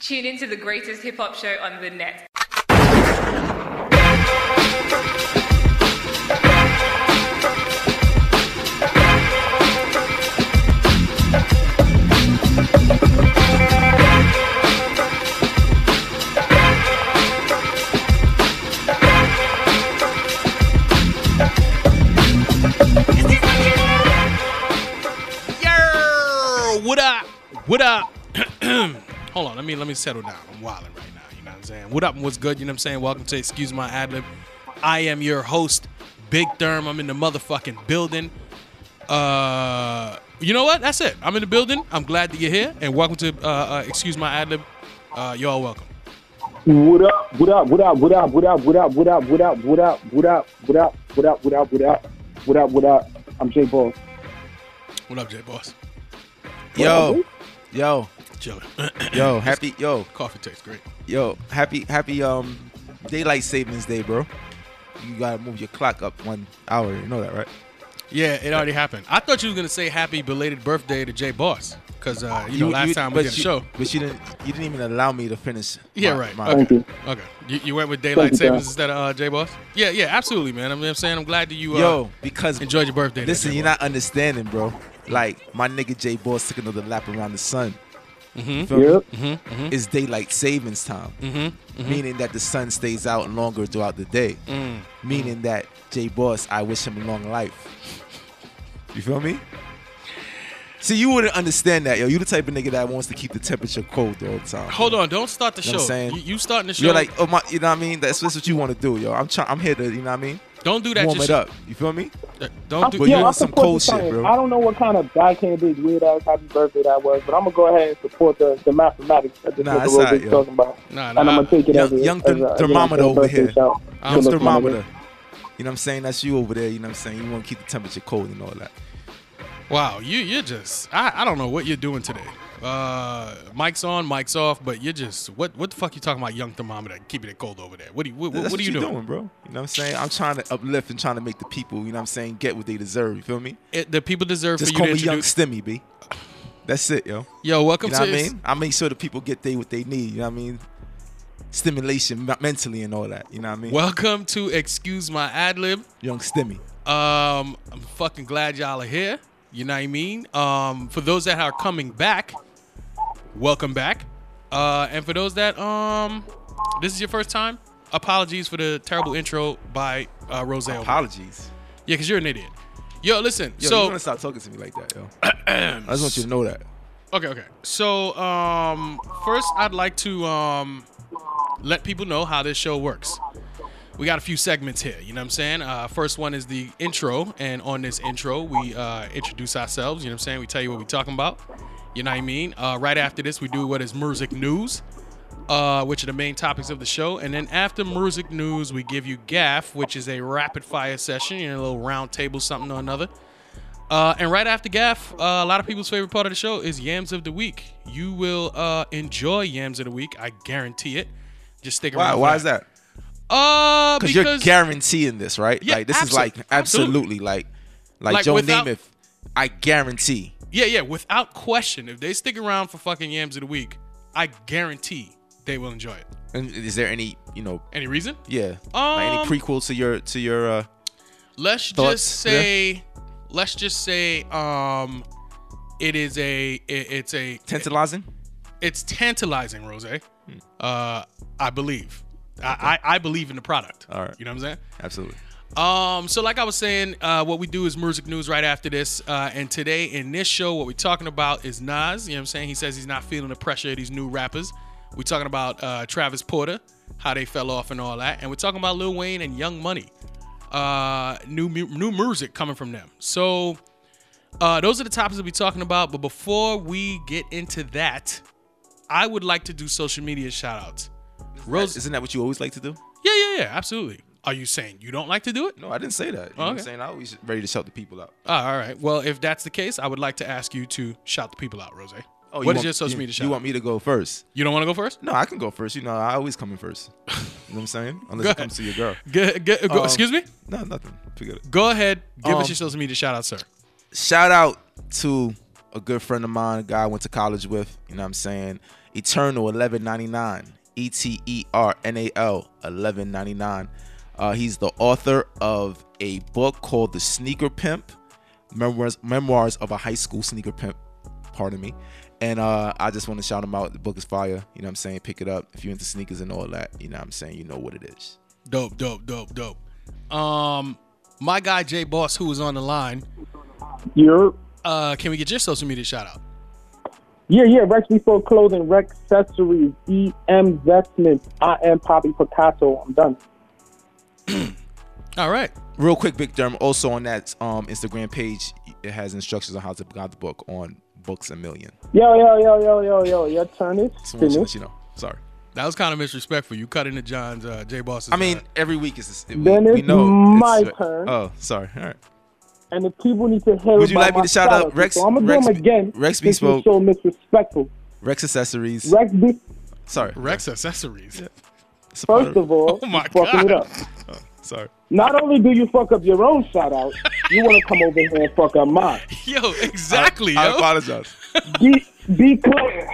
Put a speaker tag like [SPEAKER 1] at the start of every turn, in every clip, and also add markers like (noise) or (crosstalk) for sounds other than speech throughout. [SPEAKER 1] Tune into the greatest hip hop show on the net.
[SPEAKER 2] Yo, what up? What up? (clears throat) Hold on, let me let me settle down. I'm wilding right now. You know what I'm saying? What up? and What's good? You know what I'm saying? Welcome to Excuse My Ad Lib. I am your host, Big Therm. I'm in the motherfucking building. Uh, you know what? That's it. I'm in the building. I'm glad that you're here, and welcome to uh, uh Excuse My Ad Lib. Uh, y'all welcome.
[SPEAKER 3] What up? What up? What up? What up? What up? What up? What up? What up? What up? What up? What up? What up? What up? What up? What up? What up? I'm Jay Paul.
[SPEAKER 2] What up, J Boss?
[SPEAKER 4] Yo, yo,
[SPEAKER 2] Chilling.
[SPEAKER 4] yo, happy, yo,
[SPEAKER 2] (clears throat) Coffee tastes great.
[SPEAKER 4] yo, happy, happy, um, daylight savings day, bro. You gotta move your clock up one hour. You know that, right?
[SPEAKER 2] Yeah, it already happened. I thought you were gonna say happy belated birthday to J Boss because uh, you know last time we
[SPEAKER 4] but
[SPEAKER 2] did a
[SPEAKER 4] you-
[SPEAKER 2] show.
[SPEAKER 4] but you didn't, you didn't even allow me to finish.
[SPEAKER 2] Yeah,
[SPEAKER 4] my-
[SPEAKER 2] right.
[SPEAKER 4] my-
[SPEAKER 2] Okay.
[SPEAKER 3] Thank you.
[SPEAKER 2] Okay. You, you went with daylight
[SPEAKER 3] you, Dad.
[SPEAKER 2] savings instead of uh, J Boss? Yeah, yeah, absolutely, man. I mean, I'm saying I'm glad that you uh,
[SPEAKER 4] yo, because
[SPEAKER 2] enjoyed your birthday.
[SPEAKER 4] listen, you're not understanding, bro. Like my nigga J Boss took another lap around the sun.
[SPEAKER 2] Mm-hmm.
[SPEAKER 4] You feel me?
[SPEAKER 3] Yep.
[SPEAKER 4] It's daylight savings time,
[SPEAKER 2] Mm-hmm,
[SPEAKER 4] meaning that the sun stays out longer throughout the day.
[SPEAKER 2] Mm, mm-hmm.
[SPEAKER 4] Meaning that J Boss, I wish him a long life. You feel me? See, you wouldn't understand that, yo. You the type of nigga that wants to keep the temperature cold all the time.
[SPEAKER 2] Hold on, don't start the
[SPEAKER 4] You know what I'm
[SPEAKER 2] show.
[SPEAKER 4] saying?
[SPEAKER 2] You, you starting the show.
[SPEAKER 4] You're like, oh my, you know what I mean? That's, that's what you want to do, yo. I'm trying, I'm here to, you know what I mean?
[SPEAKER 2] don't do that.
[SPEAKER 4] Warm
[SPEAKER 2] just,
[SPEAKER 4] it up. You feel me?
[SPEAKER 2] uh, Don't do
[SPEAKER 4] But
[SPEAKER 3] Yo,
[SPEAKER 4] you
[SPEAKER 3] I
[SPEAKER 4] on some
[SPEAKER 3] support
[SPEAKER 4] cold
[SPEAKER 3] the
[SPEAKER 4] shit,
[SPEAKER 3] science.
[SPEAKER 4] bro.
[SPEAKER 3] I don't know what kind of backhanded weird ass happy birthday that was, but I'm gonna go ahead and support the, the mathematics that this
[SPEAKER 4] Nah,
[SPEAKER 3] nigga
[SPEAKER 4] it's
[SPEAKER 3] Rose
[SPEAKER 4] alright,
[SPEAKER 3] is
[SPEAKER 4] yo.
[SPEAKER 3] talking about.
[SPEAKER 2] Nah,
[SPEAKER 3] and I'm
[SPEAKER 2] nah,
[SPEAKER 3] gonna take it
[SPEAKER 4] young-
[SPEAKER 3] as a,
[SPEAKER 4] young
[SPEAKER 3] as a,
[SPEAKER 4] therm-
[SPEAKER 3] as a
[SPEAKER 4] thermometer over
[SPEAKER 3] birthday
[SPEAKER 4] here.
[SPEAKER 3] Shout.
[SPEAKER 4] I'm
[SPEAKER 3] Good looking, my nigga.
[SPEAKER 4] thermometer. You know what I'm saying? That's you over there. You know what I'm saying? You want to keep the temperature cold and all that.
[SPEAKER 2] Wow, you you're just I, I don't know what you're doing today. Uh, mic's on, mic's off, but you're just what what the fuck you talking about? Young thermometer keeping it cold over there. What do you what, what,
[SPEAKER 4] That's
[SPEAKER 2] what are you doing?
[SPEAKER 4] bro? You know what I'm saying? I'm trying to uplift and trying to make the people, you know what I'm saying, get what they deserve. You feel me?
[SPEAKER 2] It, the people deserve
[SPEAKER 4] Just
[SPEAKER 2] for you
[SPEAKER 4] call
[SPEAKER 2] to
[SPEAKER 4] me Young
[SPEAKER 2] introduce.
[SPEAKER 4] Stimmy, B. That's it, yo.
[SPEAKER 2] Yo, welcome
[SPEAKER 4] You know what
[SPEAKER 2] to
[SPEAKER 4] I mean? I make sure the people get they what they need. You know what I mean? Stimulation me- mentally and all that. You know what I mean?
[SPEAKER 2] welcome to excuse my ad lib.
[SPEAKER 4] Young Stimmy.
[SPEAKER 2] Um, I'm fucking glad y'all are here. You know what I mean? Um, for those that are coming back, welcome back. Uh, and for those that um, this is your first time, apologies for the terrible intro by uh, Rose. Yeah,
[SPEAKER 4] Apologies.
[SPEAKER 2] because you're an idiot. Yo, listen.
[SPEAKER 4] Yo,
[SPEAKER 2] so
[SPEAKER 4] you're gonna stop talking to me
[SPEAKER 2] (clears throat)
[SPEAKER 4] like that, yo. I just want you to know that.
[SPEAKER 2] Okay, okay. So, um, first, I'd like to um, let people know how this show works. We got a few segments here, you know what I'm saying? Uh, first one is the intro, and on this intro, we uh, introduce ourselves, you know what I'm saying? We tell you what we're talking about, you know what I mean? Uh, right after this, we do what is music news, uh, which are the main topics of the show. And then after music news, we give you gaff, which is a rapid fire session, you know, a little round table, something or another. Uh, and right after Gaff, uh, a lot of people's favorite part of the show is Yams of the Week. You will uh, enjoy Yams of the Week. I guarantee it. Just stick
[SPEAKER 4] Why?
[SPEAKER 2] around.
[SPEAKER 4] Why is that?
[SPEAKER 2] that? Uh,
[SPEAKER 4] Because
[SPEAKER 2] because
[SPEAKER 4] you're guaranteeing this, right?
[SPEAKER 2] Yeah,
[SPEAKER 4] like this
[SPEAKER 2] absol-
[SPEAKER 4] is like
[SPEAKER 2] absolutely.
[SPEAKER 4] absolutely, like like,
[SPEAKER 2] Like,
[SPEAKER 4] Joe
[SPEAKER 2] without-
[SPEAKER 4] Namath. I guarantee.
[SPEAKER 2] Yeah, yeah, without question. If they stick around for fucking Yams of the Week, I guarantee they will enjoy it.
[SPEAKER 4] And is there any, you know,
[SPEAKER 2] Any reason?
[SPEAKER 4] Yeah. like
[SPEAKER 2] Um,
[SPEAKER 4] any prequel to your to your uh
[SPEAKER 2] Let's
[SPEAKER 4] Thoughts?
[SPEAKER 2] just say, let's just say, um, it is a, it- it's a,
[SPEAKER 4] tantalizing?
[SPEAKER 2] it's tantalizing, Rose.
[SPEAKER 4] Hmm.
[SPEAKER 2] Uh, I believe. I, I, I believe in the product.
[SPEAKER 4] All right.
[SPEAKER 2] You know what I'm saying?
[SPEAKER 4] Absolutely.
[SPEAKER 2] Um, so like I was saying, uh, what we do is music news right after this. Uh, and today in this show, what we're talking about is Nas. You know what I'm saying? He says he's not feeling the pressure of these new rappers. We're talking about uh, Travis Porter, how they fell off and all that. And we're talking about Lil Wayne and Young Money. Uh, new mu- new music coming from them. So uh, those are the topics we'll be talking about. But before we get into that, I would like to do social media shout outs. Rose,
[SPEAKER 4] Isn't that what you always like to do?
[SPEAKER 2] yeah, yeah, yeah, absolutely. Are you saying you don't like to do it?
[SPEAKER 4] No, I didn't say that. You know what I'm
[SPEAKER 2] Okay.
[SPEAKER 4] saying? I always ready to shout the people out.
[SPEAKER 2] Ah, all right. Well, if that's the case, I would like to ask you to shout the people out, Rose. Oh,
[SPEAKER 4] you
[SPEAKER 2] what is
[SPEAKER 4] want-
[SPEAKER 2] your social
[SPEAKER 4] you-
[SPEAKER 2] media shout?
[SPEAKER 4] You want me to go first?
[SPEAKER 2] you don't want to go first?
[SPEAKER 4] No, I can go first. You know, I always come in first. you know what I'm saying? (laughs) Unless
[SPEAKER 2] Go
[SPEAKER 4] it comes to your girl.
[SPEAKER 2] Go, go, go-
[SPEAKER 4] Um,
[SPEAKER 2] excuse me.
[SPEAKER 4] No, nothing. Forget it.
[SPEAKER 2] Go ahead. Give us
[SPEAKER 4] um,
[SPEAKER 2] your social media shout out, sir.
[SPEAKER 4] Shout out to a good friend of mine, a guy I went to college with. You know what I'm saying? Eternal 1199. E T E R N A L 1199. Uh, he's the author of a book called The Sneaker Pimp, Memoirs, Memoirs of a High School Sneaker Pimp. Pardon me. And uh, I just want to shout him out. The book is fire. You know what I'm saying? Pick it up. If you're into sneakers and all that, you know what I'm saying? You know what it is.
[SPEAKER 2] Dope, dope, dope, dope. Um, my guy J Boss, who is on the line,
[SPEAKER 3] You're
[SPEAKER 2] uh, can we get your social media shout out?
[SPEAKER 3] Yeah, yeah, Rex Before Clothing, Rex Accessories, EM Investments. I am Poppy Picasso. I'm done.
[SPEAKER 2] All right.
[SPEAKER 4] Real quick, Big Derm. Also on that um, Instagram page, it has instructions on how to got the book on Books a Million.
[SPEAKER 3] Yo, yo, yo, yo, yo, yo. Your turn is
[SPEAKER 4] Just wanted to let
[SPEAKER 3] finished.
[SPEAKER 4] you know. Sorry.
[SPEAKER 2] That was kind of disrespectful. You cut into John's uh, J Boss's.
[SPEAKER 4] I mean,
[SPEAKER 2] uh,
[SPEAKER 4] every week is we,
[SPEAKER 3] Then
[SPEAKER 4] we
[SPEAKER 3] it's
[SPEAKER 4] know
[SPEAKER 3] my turn.
[SPEAKER 4] Oh, sorry. All right.
[SPEAKER 3] And if people need to hear
[SPEAKER 4] Would you
[SPEAKER 3] about
[SPEAKER 4] like me
[SPEAKER 3] my
[SPEAKER 4] to shout out
[SPEAKER 3] scholarship,
[SPEAKER 4] Rex-
[SPEAKER 3] So I'm gonna
[SPEAKER 4] Rex
[SPEAKER 3] do
[SPEAKER 4] B-
[SPEAKER 3] them again.
[SPEAKER 4] Rex
[SPEAKER 3] since you're
[SPEAKER 4] Bespoke?
[SPEAKER 3] So misrespectful.
[SPEAKER 4] Rex accessories.
[SPEAKER 3] Rex B.
[SPEAKER 4] sorry.
[SPEAKER 2] Rex accessories.
[SPEAKER 4] It's a part
[SPEAKER 3] First of
[SPEAKER 4] (laughs)
[SPEAKER 3] all,
[SPEAKER 2] Oh my
[SPEAKER 3] you fucking
[SPEAKER 2] God.
[SPEAKER 3] it up.
[SPEAKER 4] Oh, sorry.
[SPEAKER 3] Not only do you fuck up your own shout out, you want to come over here and fuck up mine.
[SPEAKER 2] (laughs) Yo, exactly.
[SPEAKER 4] I, I
[SPEAKER 2] yo.
[SPEAKER 4] apologize.
[SPEAKER 3] Be, be clear.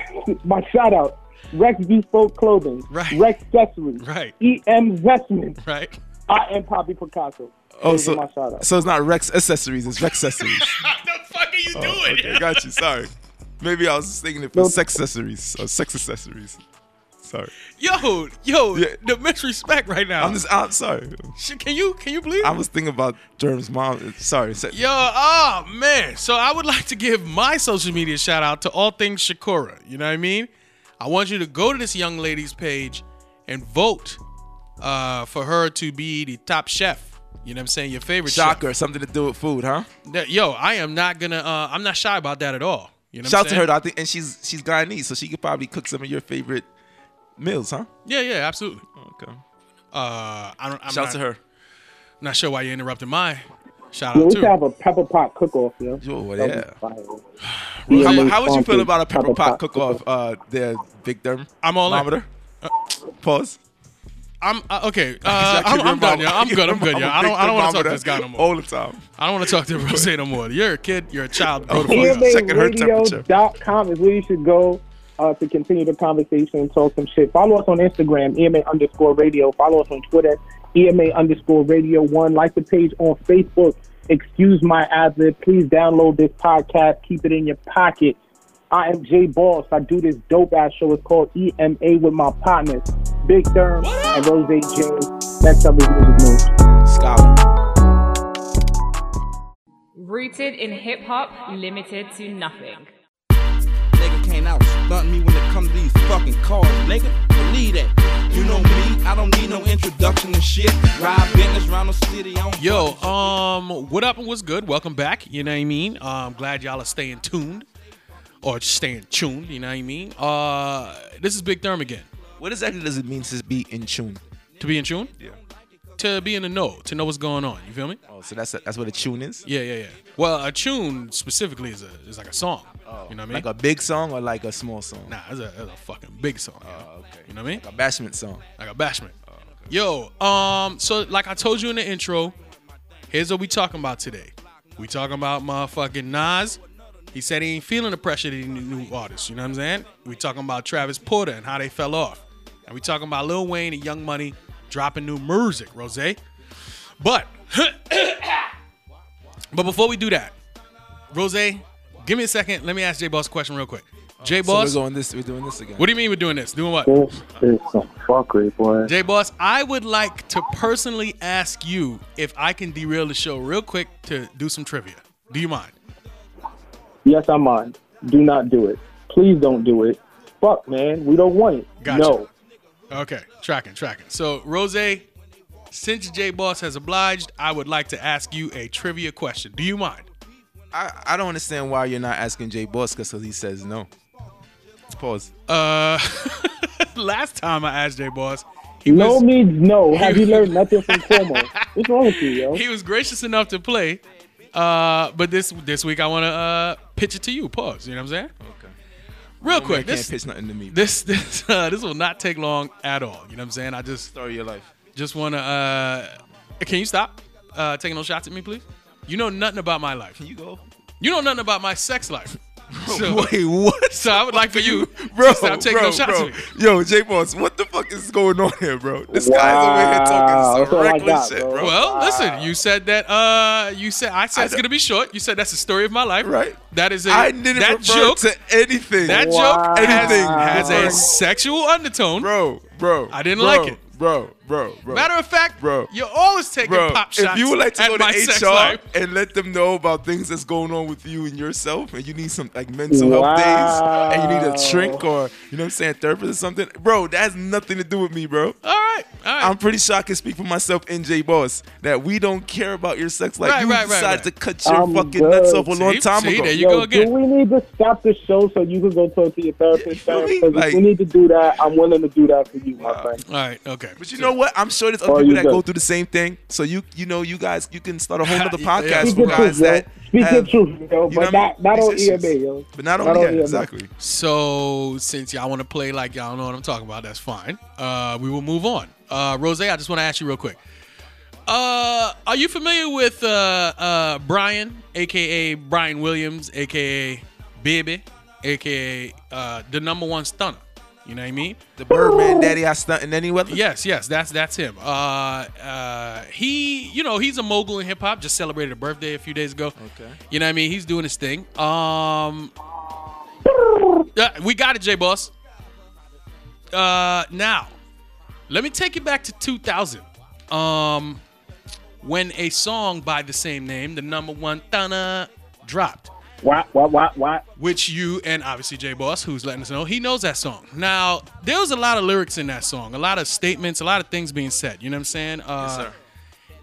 [SPEAKER 3] My shout out. Rex Bespoke Clothing.
[SPEAKER 2] Right.
[SPEAKER 3] Rex Accessories.
[SPEAKER 2] Right.
[SPEAKER 3] EM Investments.
[SPEAKER 2] right.
[SPEAKER 4] (laughs)
[SPEAKER 3] I am Poppy Picasso.
[SPEAKER 4] Oh,
[SPEAKER 3] Those are
[SPEAKER 4] so,
[SPEAKER 3] my shout outs.
[SPEAKER 4] so it's not Rex accessories. It's Rex accessories.
[SPEAKER 2] (laughs) What the fuck are you
[SPEAKER 4] Oh,
[SPEAKER 2] doing?
[SPEAKER 4] okay, got you. Sorry. Maybe I was just thinking it for sex accessories or sex accessories. Sorry.
[SPEAKER 2] Yo, yo,
[SPEAKER 4] Yeah.
[SPEAKER 2] the disrespect right now.
[SPEAKER 4] I'm just. I'm sorry.
[SPEAKER 2] Sh- can you can you believe?
[SPEAKER 4] I was thinking about Derm's mom. Sorry. Se-
[SPEAKER 2] Yo, oh man. So I would like to give my social media shout out to all things Shakura. You know what I mean? I want you to go to this young lady's page and vote uh, for her to be the top chef. You know what I'm saying? Your favorite chef.
[SPEAKER 4] Shocker. Something to do with food, huh?
[SPEAKER 2] That- yo, I am not gonna. Uh, I'm not shy about that at all. You know.
[SPEAKER 4] Shout out
[SPEAKER 2] what
[SPEAKER 4] to
[SPEAKER 2] I'm
[SPEAKER 4] her.
[SPEAKER 2] saying?
[SPEAKER 4] though. I think, and she's she's Guyanese, so she could probably cook some of your favorite meals, huh?
[SPEAKER 2] Yeah, yeah, absolutely.
[SPEAKER 4] Okay.
[SPEAKER 2] Uh, I don't. I'm
[SPEAKER 4] Shout out
[SPEAKER 2] not,
[SPEAKER 4] to her.
[SPEAKER 2] Not sure why you interrupted mine. Shout
[SPEAKER 3] Yeah,
[SPEAKER 2] out
[SPEAKER 3] we should
[SPEAKER 2] to.
[SPEAKER 3] have a pepper pot cook off, yo.
[SPEAKER 4] Yo,
[SPEAKER 3] That'd be
[SPEAKER 4] yeah.
[SPEAKER 3] fire.
[SPEAKER 4] (sighs) How,
[SPEAKER 3] Yeah,
[SPEAKER 4] how would you
[SPEAKER 3] funky
[SPEAKER 4] feel about a pepper pot cook-off? Uh, there, Big Derm.
[SPEAKER 2] I'm all in.
[SPEAKER 4] Thermometer? Pause.
[SPEAKER 2] I'm uh,
[SPEAKER 4] (laughs)
[SPEAKER 2] okay. Uh, I'm,
[SPEAKER 4] Your
[SPEAKER 2] I'm done.
[SPEAKER 4] mama-
[SPEAKER 2] Yeah, I'm good. I'm
[SPEAKER 4] (laughs)
[SPEAKER 2] good.
[SPEAKER 4] your
[SPEAKER 2] Yeah, I
[SPEAKER 4] mama
[SPEAKER 2] don't. I don't want to talk to
[SPEAKER 4] thermometer
[SPEAKER 2] this guy no more.
[SPEAKER 4] All the time.
[SPEAKER 2] I don't want to talk to Rose (laughs) no more. You're a kid. You're a child. Bro, (laughs)
[SPEAKER 4] Oh, yeah.
[SPEAKER 2] fuck up.
[SPEAKER 4] Checking her temperature.
[SPEAKER 3] EMAradio.com is where you should go uh, to continue the conversation and talk some shit. Follow us on Instagram, EMA underscore radio. Follow us on Twitter, EMA underscore radio one. Like the page on Facebook. Excuse my ad lib. Please download this podcast. Keep it in your pocket. I am Jay Boss. I do this dope ass show. It's called EMA with my partners, Big Derm and Rose James. Next up is Music News.
[SPEAKER 4] Scholar.
[SPEAKER 1] Rooted in hip hop, limited to nothing.
[SPEAKER 5] Nigga can't out stunt me when it comes to these fucking cars, nigga. Believe that. You know me, I don't need no introduction and shit. Ride business round the city, I don't
[SPEAKER 2] Yo, um, what up and what's good? Welcome back. You know what I mean? Uh, I'm glad y'all are staying tuned or staying tuned. You know what I mean? Uh, this is Big Therm again.
[SPEAKER 4] What exactly does it mean to be in tune?
[SPEAKER 2] To be in tune? Yeah. To be in the know, to know what's going on. You feel me?
[SPEAKER 4] Oh, so that's that's what a tune is.
[SPEAKER 2] Yeah, yeah, yeah. Well, a tune specifically is a is like a song. you know what I mean?
[SPEAKER 4] Like a big song or like a small song?
[SPEAKER 2] nah, it's Oh, a, it's a fucking big song. Oh, okay. You know what I mean?
[SPEAKER 4] A bashment song.
[SPEAKER 2] Like a bashment. Yo, um, so like I told you in the intro, here's what we talking about today. We talking about motherfucking Nas. He said he ain't feeling the pressure to these new artists. You know what I'm saying? We talking about Travis Porter and how they fell off, and we talking about Lil Wayne and Young Money dropping new music, Rose. But (coughs) but before we do that, Rose, give me a second. Let me ask J Boss a question real quick. J Boss,
[SPEAKER 4] So we're going this. We're doing this again.
[SPEAKER 2] what do you mean we're doing this? Doing what?
[SPEAKER 6] This is some fuckery, boy.
[SPEAKER 2] J Boss, I would like to personally ask you if I can derail the show real quick to do some trivia. Do you mind?
[SPEAKER 3] Yes, I mind. Do not do it. Please don't do it. Fuck, man. We don't want it.
[SPEAKER 2] Gotcha.
[SPEAKER 3] No.
[SPEAKER 2] Okay, tracking, tracking. So, Rose, since J Boss has obliged, I would like to ask you a trivia question. Do you mind?
[SPEAKER 4] I, I don't understand why you're not asking Jay Boss because he says no. Pause.
[SPEAKER 2] Uh, (laughs) last time I asked J Boss, he
[SPEAKER 3] no
[SPEAKER 2] was
[SPEAKER 3] means
[SPEAKER 4] (laughs)
[SPEAKER 3] no. Have you learned nothing from Cuomo? What's wrong with you, yo?
[SPEAKER 2] he was gracious enough to play. Uh, but this this week I want to uh pitch it to you. Pause. You know what I'm saying?
[SPEAKER 4] Okay.
[SPEAKER 2] Real
[SPEAKER 4] Man
[SPEAKER 2] quick.
[SPEAKER 4] can't
[SPEAKER 2] This
[SPEAKER 4] pitch nothing to me.
[SPEAKER 2] this (laughs) this uh, this will not take long at all. You know what I'm saying? I just
[SPEAKER 4] story of your life.
[SPEAKER 2] Just wanna uh can you stop uh taking those shots at me, please? You know nothing about my life.
[SPEAKER 4] Can you go?
[SPEAKER 2] You know nothing about my sex life. So,
[SPEAKER 4] Wait, what?
[SPEAKER 2] so I would like for
[SPEAKER 4] (laughs)
[SPEAKER 2] you
[SPEAKER 4] Bro,
[SPEAKER 2] to stop taking
[SPEAKER 4] bro,
[SPEAKER 2] those shots
[SPEAKER 4] bro.
[SPEAKER 2] at me.
[SPEAKER 4] Yo, J Boss, what the fuck is going on here, bro? This
[SPEAKER 3] Wow,
[SPEAKER 4] guy's over here talking
[SPEAKER 3] that's all
[SPEAKER 4] some
[SPEAKER 3] I
[SPEAKER 4] reckless
[SPEAKER 3] got,
[SPEAKER 4] shit,
[SPEAKER 3] bro.
[SPEAKER 4] bro.
[SPEAKER 2] Well, listen, you said that uh you said I said
[SPEAKER 4] I
[SPEAKER 2] it's
[SPEAKER 4] don't-
[SPEAKER 2] gonna be short. You said that's the story of my life.
[SPEAKER 4] Right.
[SPEAKER 2] That is a
[SPEAKER 4] I didn't
[SPEAKER 2] that
[SPEAKER 4] refer
[SPEAKER 2] joke
[SPEAKER 4] to anything.
[SPEAKER 2] that
[SPEAKER 3] Wow.
[SPEAKER 2] joke has,
[SPEAKER 4] Anything.
[SPEAKER 2] has a
[SPEAKER 4] Referring-
[SPEAKER 2] sexual undertone.
[SPEAKER 4] bro, bro.
[SPEAKER 2] I didn't
[SPEAKER 4] bro,
[SPEAKER 2] like it.
[SPEAKER 4] bro, bro, bro.
[SPEAKER 2] Matter of fact,
[SPEAKER 4] Bro.
[SPEAKER 2] you're always taking
[SPEAKER 4] Bro,
[SPEAKER 2] pop shots.
[SPEAKER 4] if you would like to
[SPEAKER 2] at
[SPEAKER 4] go
[SPEAKER 2] my sex
[SPEAKER 4] to
[SPEAKER 2] life.
[SPEAKER 4] HR and let them know about things that's going on with you and yourself, and you need some like mental health days, and you need a shrink or you know what I'm saying, therapist or something, bro, that has nothing to do with me, bro.
[SPEAKER 2] all right, all right.
[SPEAKER 4] I'm pretty sure I can speak for myself and J Boss that we don't care about your sex life.
[SPEAKER 2] Right,
[SPEAKER 4] you
[SPEAKER 2] right, right,
[SPEAKER 4] decided
[SPEAKER 2] right.
[SPEAKER 4] to cut your
[SPEAKER 3] I'm
[SPEAKER 4] fucking
[SPEAKER 3] good.
[SPEAKER 4] nuts off a
[SPEAKER 2] See?
[SPEAKER 4] long time
[SPEAKER 2] See,
[SPEAKER 4] ago.
[SPEAKER 2] there you
[SPEAKER 3] Yo,
[SPEAKER 2] go again.
[SPEAKER 3] Do we need to stop the show so you can go talk to your therapist?
[SPEAKER 4] Yeah,
[SPEAKER 3] Because
[SPEAKER 4] you feel me?
[SPEAKER 3] if
[SPEAKER 4] Like- Uh,
[SPEAKER 3] we need to do that, I'm willing to do that for you, my friend.
[SPEAKER 2] all right, okay.
[SPEAKER 4] But you know what? I'm sure there's
[SPEAKER 3] Oh,
[SPEAKER 4] other people
[SPEAKER 3] you
[SPEAKER 4] that
[SPEAKER 3] good.
[SPEAKER 4] go through the same thing. So you you know you guys you can start a whole other
[SPEAKER 2] (laughs) Yeah,
[SPEAKER 4] podcast
[SPEAKER 2] yeah.
[SPEAKER 4] for
[SPEAKER 3] Speak your
[SPEAKER 4] guys
[SPEAKER 3] truth, yo.
[SPEAKER 4] that
[SPEAKER 3] Speak your
[SPEAKER 4] have-
[SPEAKER 3] truth, yo.
[SPEAKER 4] you know
[SPEAKER 3] But
[SPEAKER 4] what I mean?
[SPEAKER 3] not, not on
[SPEAKER 4] These issues.
[SPEAKER 3] EMA, yo.
[SPEAKER 4] But not
[SPEAKER 3] Not
[SPEAKER 4] only
[SPEAKER 3] on E
[SPEAKER 4] that,
[SPEAKER 3] EMA.
[SPEAKER 4] exactly.
[SPEAKER 2] So since y'all want to play like y'all know what I'm talking about, that's fine. Uh, we will move on. Uh, Rose, I just want to ask you real quick. Uh, are you familiar with uh, uh, Brian, aka Brian Williams, aka Baby, aka uh, the number one stunner? You know what I mean?
[SPEAKER 4] The Birdman Daddy I stunt in any weather.
[SPEAKER 2] (laughs) Yes, yes, that's that's him. Uh, uh, he, you know, he's a mogul in hip hop. Just celebrated a birthday a few days ago. Okay, you know what I mean. He's doing his thing. Um, uh, we got it, J Boss. Uh, now, let me take you back to 2000. Um, when a song by the same name, the number one Thana, dropped
[SPEAKER 3] Why, why, why, why?
[SPEAKER 2] which you and obviously J Boss, who's letting us know, he knows that song. Now, there was a lot of lyrics in that song, a lot of statements, a lot of things being said. You know what I'm saying? Uh,
[SPEAKER 4] sir.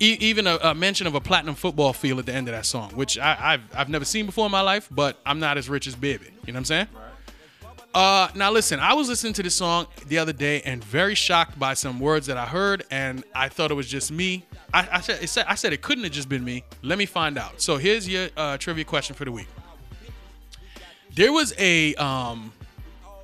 [SPEAKER 2] e- even a, a mention of a platinum football field at the end of that song, which I, I've I've never seen before in my life. But I'm not as rich as Baby. You know what I'm saying? Uh, now listen, I was listening to this song the other day and very shocked by some words that I heard, and I thought it was just me. I, I said, it said I said it couldn't have just been me. Let me find out. So here's your uh, trivia question for the week. There was a um,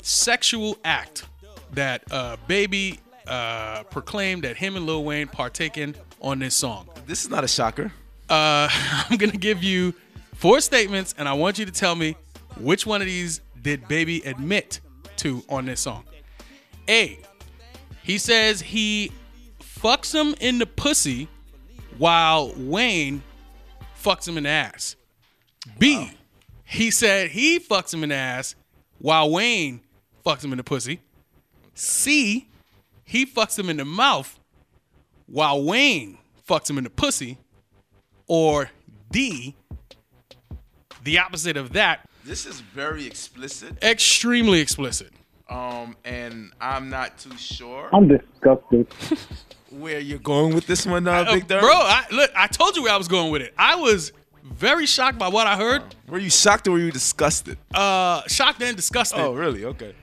[SPEAKER 2] sexual act that uh, Baby uh, proclaimed that him and Lil Wayne partake in on this song.
[SPEAKER 4] This is not a shocker.
[SPEAKER 2] Uh, (laughs) I'm gonna give you four statements, and I want you to tell me which one of these did Baby admit to on this song. A. He says he fucks him in the pussy, while Wayne fucks him in the ass. B. He said he fucks him in the ass, while Wayne fucks him in the pussy. C. He fucks him in the mouth, while Wayne fucks him in the pussy or D, the opposite of that,
[SPEAKER 4] This is very explicit.
[SPEAKER 2] extremely explicit.
[SPEAKER 4] Um, and I'm not too sure
[SPEAKER 3] I'm disgusted.
[SPEAKER 4] where you're going with this one, uh,
[SPEAKER 2] Uh,
[SPEAKER 4] Big
[SPEAKER 2] bro,
[SPEAKER 4] Dirk.
[SPEAKER 2] I, look, I told you where I was going with it. I was very shocked by what I heard,
[SPEAKER 4] Were you shocked or were you disgusted?
[SPEAKER 2] uh, shocked and disgusted.
[SPEAKER 4] oh, really? Okay.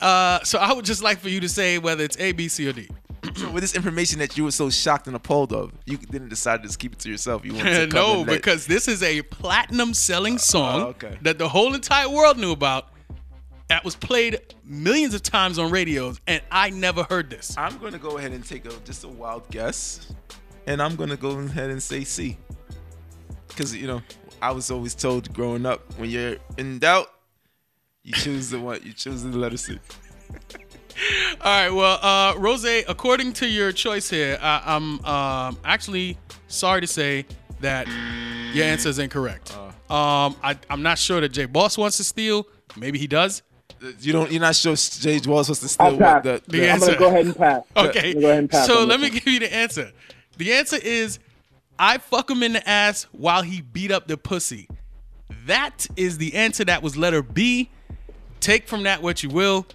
[SPEAKER 2] Uh, so I would just like for you to say whether it's A, B, C, or D.
[SPEAKER 4] So with this information that you were so shocked and appalled of, you didn't decide to just keep it to yourself. You wanted to (laughs) come
[SPEAKER 2] (laughs) no,
[SPEAKER 4] and let-
[SPEAKER 2] because this is a platinum selling song
[SPEAKER 4] Oh, okay.
[SPEAKER 2] that the whole entire world knew about. That was played millions of times on radios, and I never heard this.
[SPEAKER 4] I'm gonna go ahead and take a just a wild guess, and I'm gonna go ahead and say C, because you know I was always told growing up when you're in doubt, you choose the one, you choose the letter C.
[SPEAKER 2] All right. Well, uh, Rose, according to your choice here, I, I'm um, actually sorry to say that your answer is incorrect. um, I, I'm not sure that Jay Boss wants to steal. Maybe he does.
[SPEAKER 4] You don't, you're not sure Jay was supposed to
[SPEAKER 3] I'll
[SPEAKER 4] steal
[SPEAKER 3] pass.
[SPEAKER 4] what the, the
[SPEAKER 2] Yeah.
[SPEAKER 3] I'm going
[SPEAKER 2] answer.
[SPEAKER 3] to go ahead and
[SPEAKER 4] (laughs)
[SPEAKER 3] pass.
[SPEAKER 2] Okay.
[SPEAKER 3] I'm gonna Go ahead and pass
[SPEAKER 2] so
[SPEAKER 3] on
[SPEAKER 2] let me
[SPEAKER 3] this
[SPEAKER 2] give you the answer. The answer is I fuck him in the ass while he beat up the pussy. That is the answer that was letter B. Take from that what you will.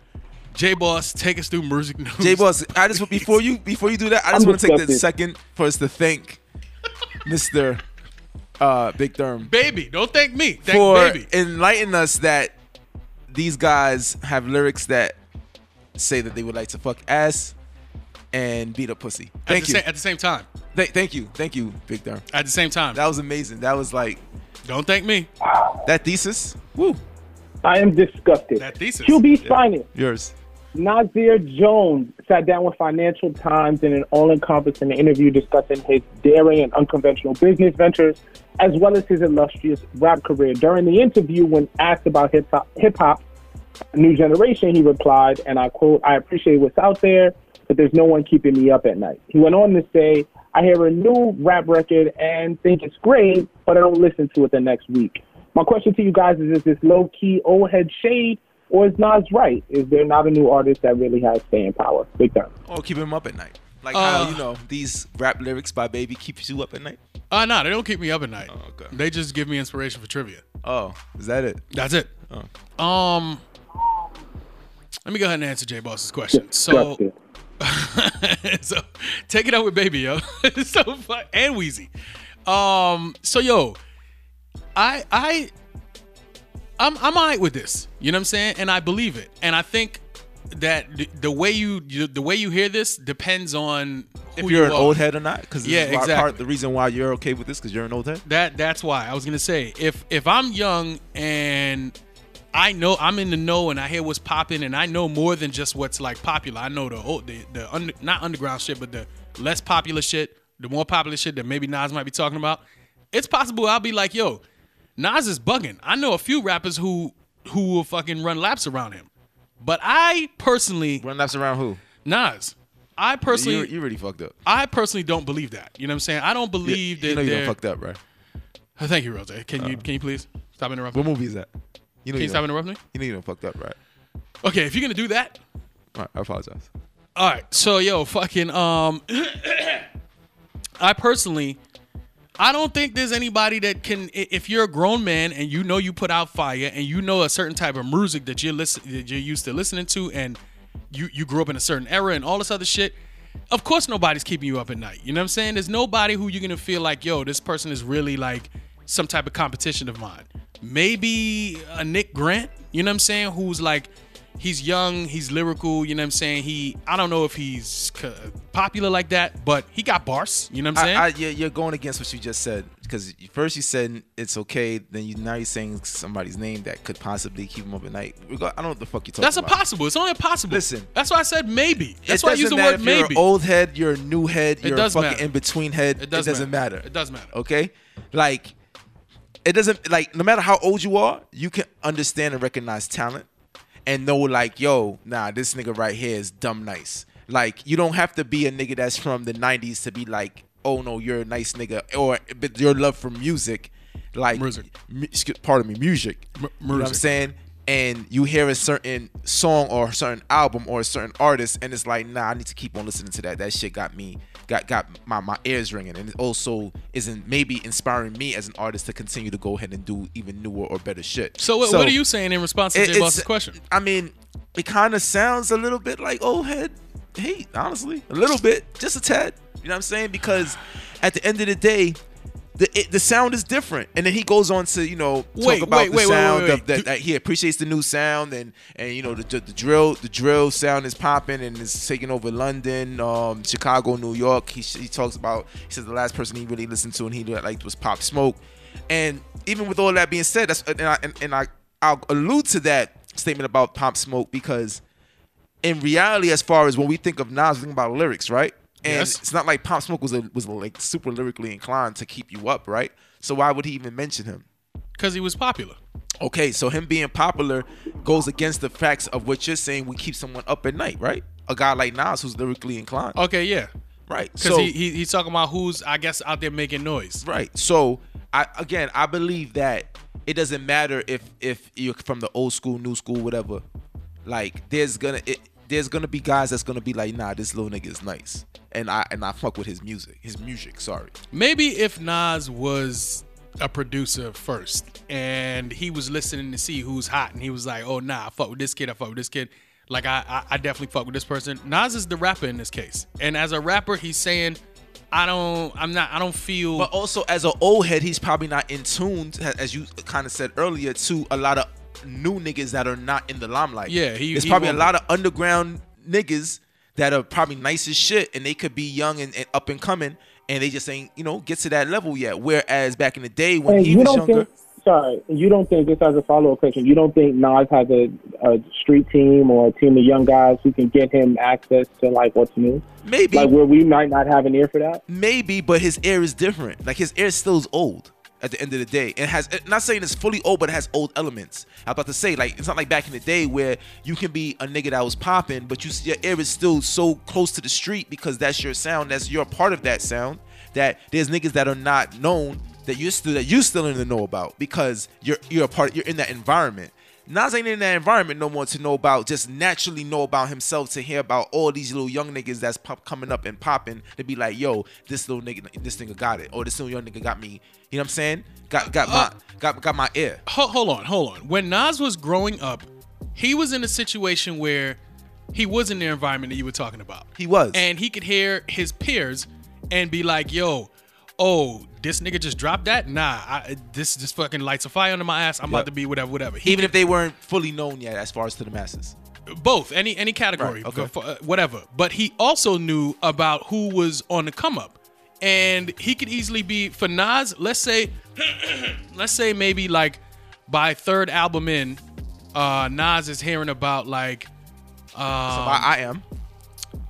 [SPEAKER 2] J Boss, take us through music news.
[SPEAKER 4] J Boss, I just before you before you do that, I just
[SPEAKER 3] I'm
[SPEAKER 4] want to take the
[SPEAKER 3] disgusted.
[SPEAKER 4] second for us to thank Mr. Uh, Big Therm
[SPEAKER 2] Baby, don't thank me. Thank
[SPEAKER 4] for
[SPEAKER 2] baby.
[SPEAKER 4] enlightening us that these guys have lyrics that say that they would like to fuck ass and beat up pussy.
[SPEAKER 2] at,
[SPEAKER 4] Thank
[SPEAKER 2] the
[SPEAKER 4] you.
[SPEAKER 2] sa- at the same time.
[SPEAKER 4] Th- thank you. Thank you, Big Therm.
[SPEAKER 2] At the same time.
[SPEAKER 4] That was amazing. That was like
[SPEAKER 2] Don't thank me.
[SPEAKER 4] that thesis. Woo,
[SPEAKER 3] one. I am disgusted.
[SPEAKER 2] That thesis.
[SPEAKER 3] QB signing.
[SPEAKER 4] yours.
[SPEAKER 3] Nazir Jones sat down with Financial Times in an all encompassing interview discussing his daring and unconventional business ventures, as well as his illustrious rap career. During the interview, when asked about hip hop, new generation, he replied, and I quote, I appreciate what's out there, but there's no one keeping me up at night. He went on to say, I hear a new rap record and think it's great, but I don't listen to it the next week. My question to you guys is is this low key old head shade or is Nas right? Is there not a new artist that really has staying power? Big time.
[SPEAKER 4] Or keep him up at night. Like
[SPEAKER 2] Uh.
[SPEAKER 4] how you know these rap lyrics by Baby keeps you up at night.
[SPEAKER 2] Uh, no, they don't keep me up at night.
[SPEAKER 4] Oh, okay.
[SPEAKER 2] They just give me inspiration for trivia.
[SPEAKER 4] Oh, is that it?
[SPEAKER 2] That's it.
[SPEAKER 4] Oh.
[SPEAKER 2] Um, let me go ahead and answer J Boss's question. So,
[SPEAKER 3] Disgusting.
[SPEAKER 2] (laughs) so take it out with baby, yo. (laughs) so fu- and Wheezy. Um, so yo, I I I'm I'm alright with this. You know what I'm saying? And I believe it. And I think that the, the way you, you the way you hear this depends on who
[SPEAKER 4] If you're an
[SPEAKER 2] you are.
[SPEAKER 4] old head or not, because
[SPEAKER 2] Yeah,
[SPEAKER 4] is why,
[SPEAKER 2] exactly.
[SPEAKER 4] part the reason why you're okay with this because you're an old head.
[SPEAKER 2] That that's why I was gonna say if if I'm young and I know I'm in the know and I hear what's popping and I know more than just what's like popular. I know the old the, the under, not underground shit, but the less popular shit, the more popular shit that maybe Nas might be talking about. It's possible I'll be like, yo, Nas is bugging. I know a few rappers who who will fucking run laps around him, but I personally
[SPEAKER 4] Run laps around who?
[SPEAKER 2] Nas. I
[SPEAKER 4] You,
[SPEAKER 2] personally,
[SPEAKER 4] you really fucked up.
[SPEAKER 2] I personally don't believe that. You know what I'm saying? I don't believe that.
[SPEAKER 4] you know you done
[SPEAKER 2] they're-
[SPEAKER 4] fucked up, right?
[SPEAKER 2] Oh, Thank you, Rose. Can you can you please stop interrupting?
[SPEAKER 4] What movie is that? You know
[SPEAKER 2] Can
[SPEAKER 4] you,
[SPEAKER 2] you stop
[SPEAKER 4] done,
[SPEAKER 2] interrupting me?
[SPEAKER 4] you know you done fucked up, right?
[SPEAKER 2] Okay, if you're gonna do that,
[SPEAKER 4] All right, I apologize.
[SPEAKER 2] all right. So yo, fucking um, (coughs) I personally, I don't think there's anybody that can. i- If you're a grown man and you know you put out fire and you know a certain type of music that you're listen that you're used to listening to and you you grew up in a certain era and all this other shit. Of course, nobody's keeping you up at night. You know what I'm saying? There's nobody who you're gonna feel like, yo, this person is really like some type of competition of mine. Maybe a Nick Grant. You know what I'm saying? Who's like, he's young, he's lyrical. You know what I'm saying? He, I don't know if he's c- popular like that, but he got bars. You know what I'm
[SPEAKER 4] I,
[SPEAKER 2] saying?
[SPEAKER 4] I, you're, you're going against what you just said because first you said it's okay, then you now you're saying somebody's name that could possibly keep him up at night. Reg- I don't know what the fuck you talking
[SPEAKER 2] That's
[SPEAKER 4] about.
[SPEAKER 2] impossible. It's only impossible.
[SPEAKER 4] Listen.
[SPEAKER 2] That's why I said maybe. That's
[SPEAKER 4] it
[SPEAKER 2] why I
[SPEAKER 4] doesn't
[SPEAKER 2] use the
[SPEAKER 4] matter
[SPEAKER 2] word
[SPEAKER 4] if
[SPEAKER 2] maybe.
[SPEAKER 4] You're an old head, you're a new head, you're a
[SPEAKER 2] does
[SPEAKER 4] fucking
[SPEAKER 2] matter.
[SPEAKER 4] in between head.
[SPEAKER 2] It
[SPEAKER 4] It,
[SPEAKER 2] does
[SPEAKER 4] does not
[SPEAKER 2] matter.
[SPEAKER 4] matter.
[SPEAKER 2] It does matter.
[SPEAKER 4] Okay, like it doesn't like no matter how old you are, you can understand and recognize talent, and know like yo, nah, this nigga right here is dumb nice. Like you don't have to be a nigga that's from the '90s to be like, oh no, you're a nice nigga, or but your love for music, like
[SPEAKER 2] Music.
[SPEAKER 4] mu- excuse- pardon me, music. You know what I'm
[SPEAKER 2] music.
[SPEAKER 4] saying? And you hear a certain song or a certain album or a certain artist, and it's like, nah, I need to keep on listening to that. That shit got me, got got my, my ears ringing, and it also isn't maybe inspiring me as an artist to continue to go ahead and do even newer or better shit.
[SPEAKER 2] so, what, what are you saying in response to
[SPEAKER 4] it-
[SPEAKER 2] J Boss's
[SPEAKER 4] it's-
[SPEAKER 2] question?
[SPEAKER 4] I mean, it kind of sounds a little bit like old head hate, honestly. A little bit, just a tad. You know what I'm saying? Because at the end of the day, the it, the sound is different. And then he goes on to you know talk
[SPEAKER 2] Wait,
[SPEAKER 4] about
[SPEAKER 2] wait,
[SPEAKER 4] the
[SPEAKER 2] wait, wait,
[SPEAKER 4] sound
[SPEAKER 2] wait, wait.
[SPEAKER 4] Of that, that he appreciates the new sound and and you know the, the, the drill the drill sound is popping and it's taking over London, um, Chicago, New York. He he talks about he says the last person he really listened to and he liked was Pop Smoke. And even with all that being said, that's and I and, and I I'll allude to that statement about Pop Smoke because in reality, as far as when we think of Nas, we think about lyrics, right? And
[SPEAKER 2] Yes.
[SPEAKER 4] it's not like Pop Smoke was a, was like super lyrically inclined to keep you up, right? So why would he even mention him?
[SPEAKER 2] Because he was popular.
[SPEAKER 4] Okay, so him being popular goes against the facts of what you're saying. We keep someone up at night, right? A guy like Nas who's lyrically inclined,
[SPEAKER 2] Okay, yeah.
[SPEAKER 4] right?
[SPEAKER 2] Because
[SPEAKER 4] So
[SPEAKER 2] Oh, he, he, he's talking about who's, I guess, out there making noise.
[SPEAKER 4] right. So I again, I believe that it doesn't matter if if you're from the old school, new school, whatever. Like there's gonna it, there's gonna be guys that's gonna be like, nah, this little nigga is nice, and I and I fuck with his music, his music. Sorry.
[SPEAKER 2] Maybe if Nas was a producer first and he was listening to see who's hot and he was like, oh, nah, I fuck with this kid, I fuck with this kid. Like, I, I, I definitely fuck with this person. Nas is the rapper in this case. And as a rapper, he's saying, I don't, I'm not, I don't feel.
[SPEAKER 4] But also, as an old head, he's probably not in tune, ha- as you kind of said earlier, to a lot of new niggas that are not in the limelight.
[SPEAKER 2] Yeah, he-
[SPEAKER 4] there's
[SPEAKER 2] he
[SPEAKER 4] probably a
[SPEAKER 2] won't be.
[SPEAKER 4] lot of underground niggas that are probably nice as shit, and they could be young and, and up and coming, and they just ain't you know get to that level yet. Whereas back in the day when
[SPEAKER 3] And
[SPEAKER 4] he
[SPEAKER 3] you
[SPEAKER 4] was
[SPEAKER 3] don't
[SPEAKER 4] younger,
[SPEAKER 3] think sorry, you don't think this as a follow up question? You don't think Nas has a, a street team or a team of young guys who can get him access to like what's new?
[SPEAKER 4] Maybe,
[SPEAKER 3] Like where we might not have an ear for that.
[SPEAKER 4] maybe, but his air is different. Like his air still is old. At the end of the day, it has it- not saying it's fully old, but it has old elements. I was about to say like it's not like back in the day where you can be a nigga that was popping, but you your air is still so close to the street because that's your sound. That's you're a part of that sound. That there's niggas that are not known that you're still that you still in the know about because you're you're a part. You're in that environment. Nas ain't in that environment no more to know about, just naturally know about himself, to hear about all these little young niggas that's pop, coming up and popping, to be like, yo, this little nigga, this nigga got it, or this little young nigga got me. You know what I'm saying? Got got
[SPEAKER 2] Uh.
[SPEAKER 4] my got got my ear.
[SPEAKER 2] Ho- hold on, hold on. When Nas was growing up, he was in a situation where he was in the environment that you were talking about.
[SPEAKER 4] He was.
[SPEAKER 2] and he could hear his peers and be like, "Yo, oh, this nigga just dropped that. Nah, I, this just fucking lights a fire under my ass. I'm about
[SPEAKER 4] Yep.
[SPEAKER 2] to be whatever, whatever." He,
[SPEAKER 4] even if they weren't fully known yet, as far as to the masses.
[SPEAKER 2] both any any category,
[SPEAKER 4] Right, okay.
[SPEAKER 2] f- uh, whatever. But he also knew about who was on the come up, and he could easily be for Nas. Let's say, (clears throat) let's say maybe like by third album in, uh, Nas is hearing about like.
[SPEAKER 4] So
[SPEAKER 2] Um,
[SPEAKER 4] I, I am.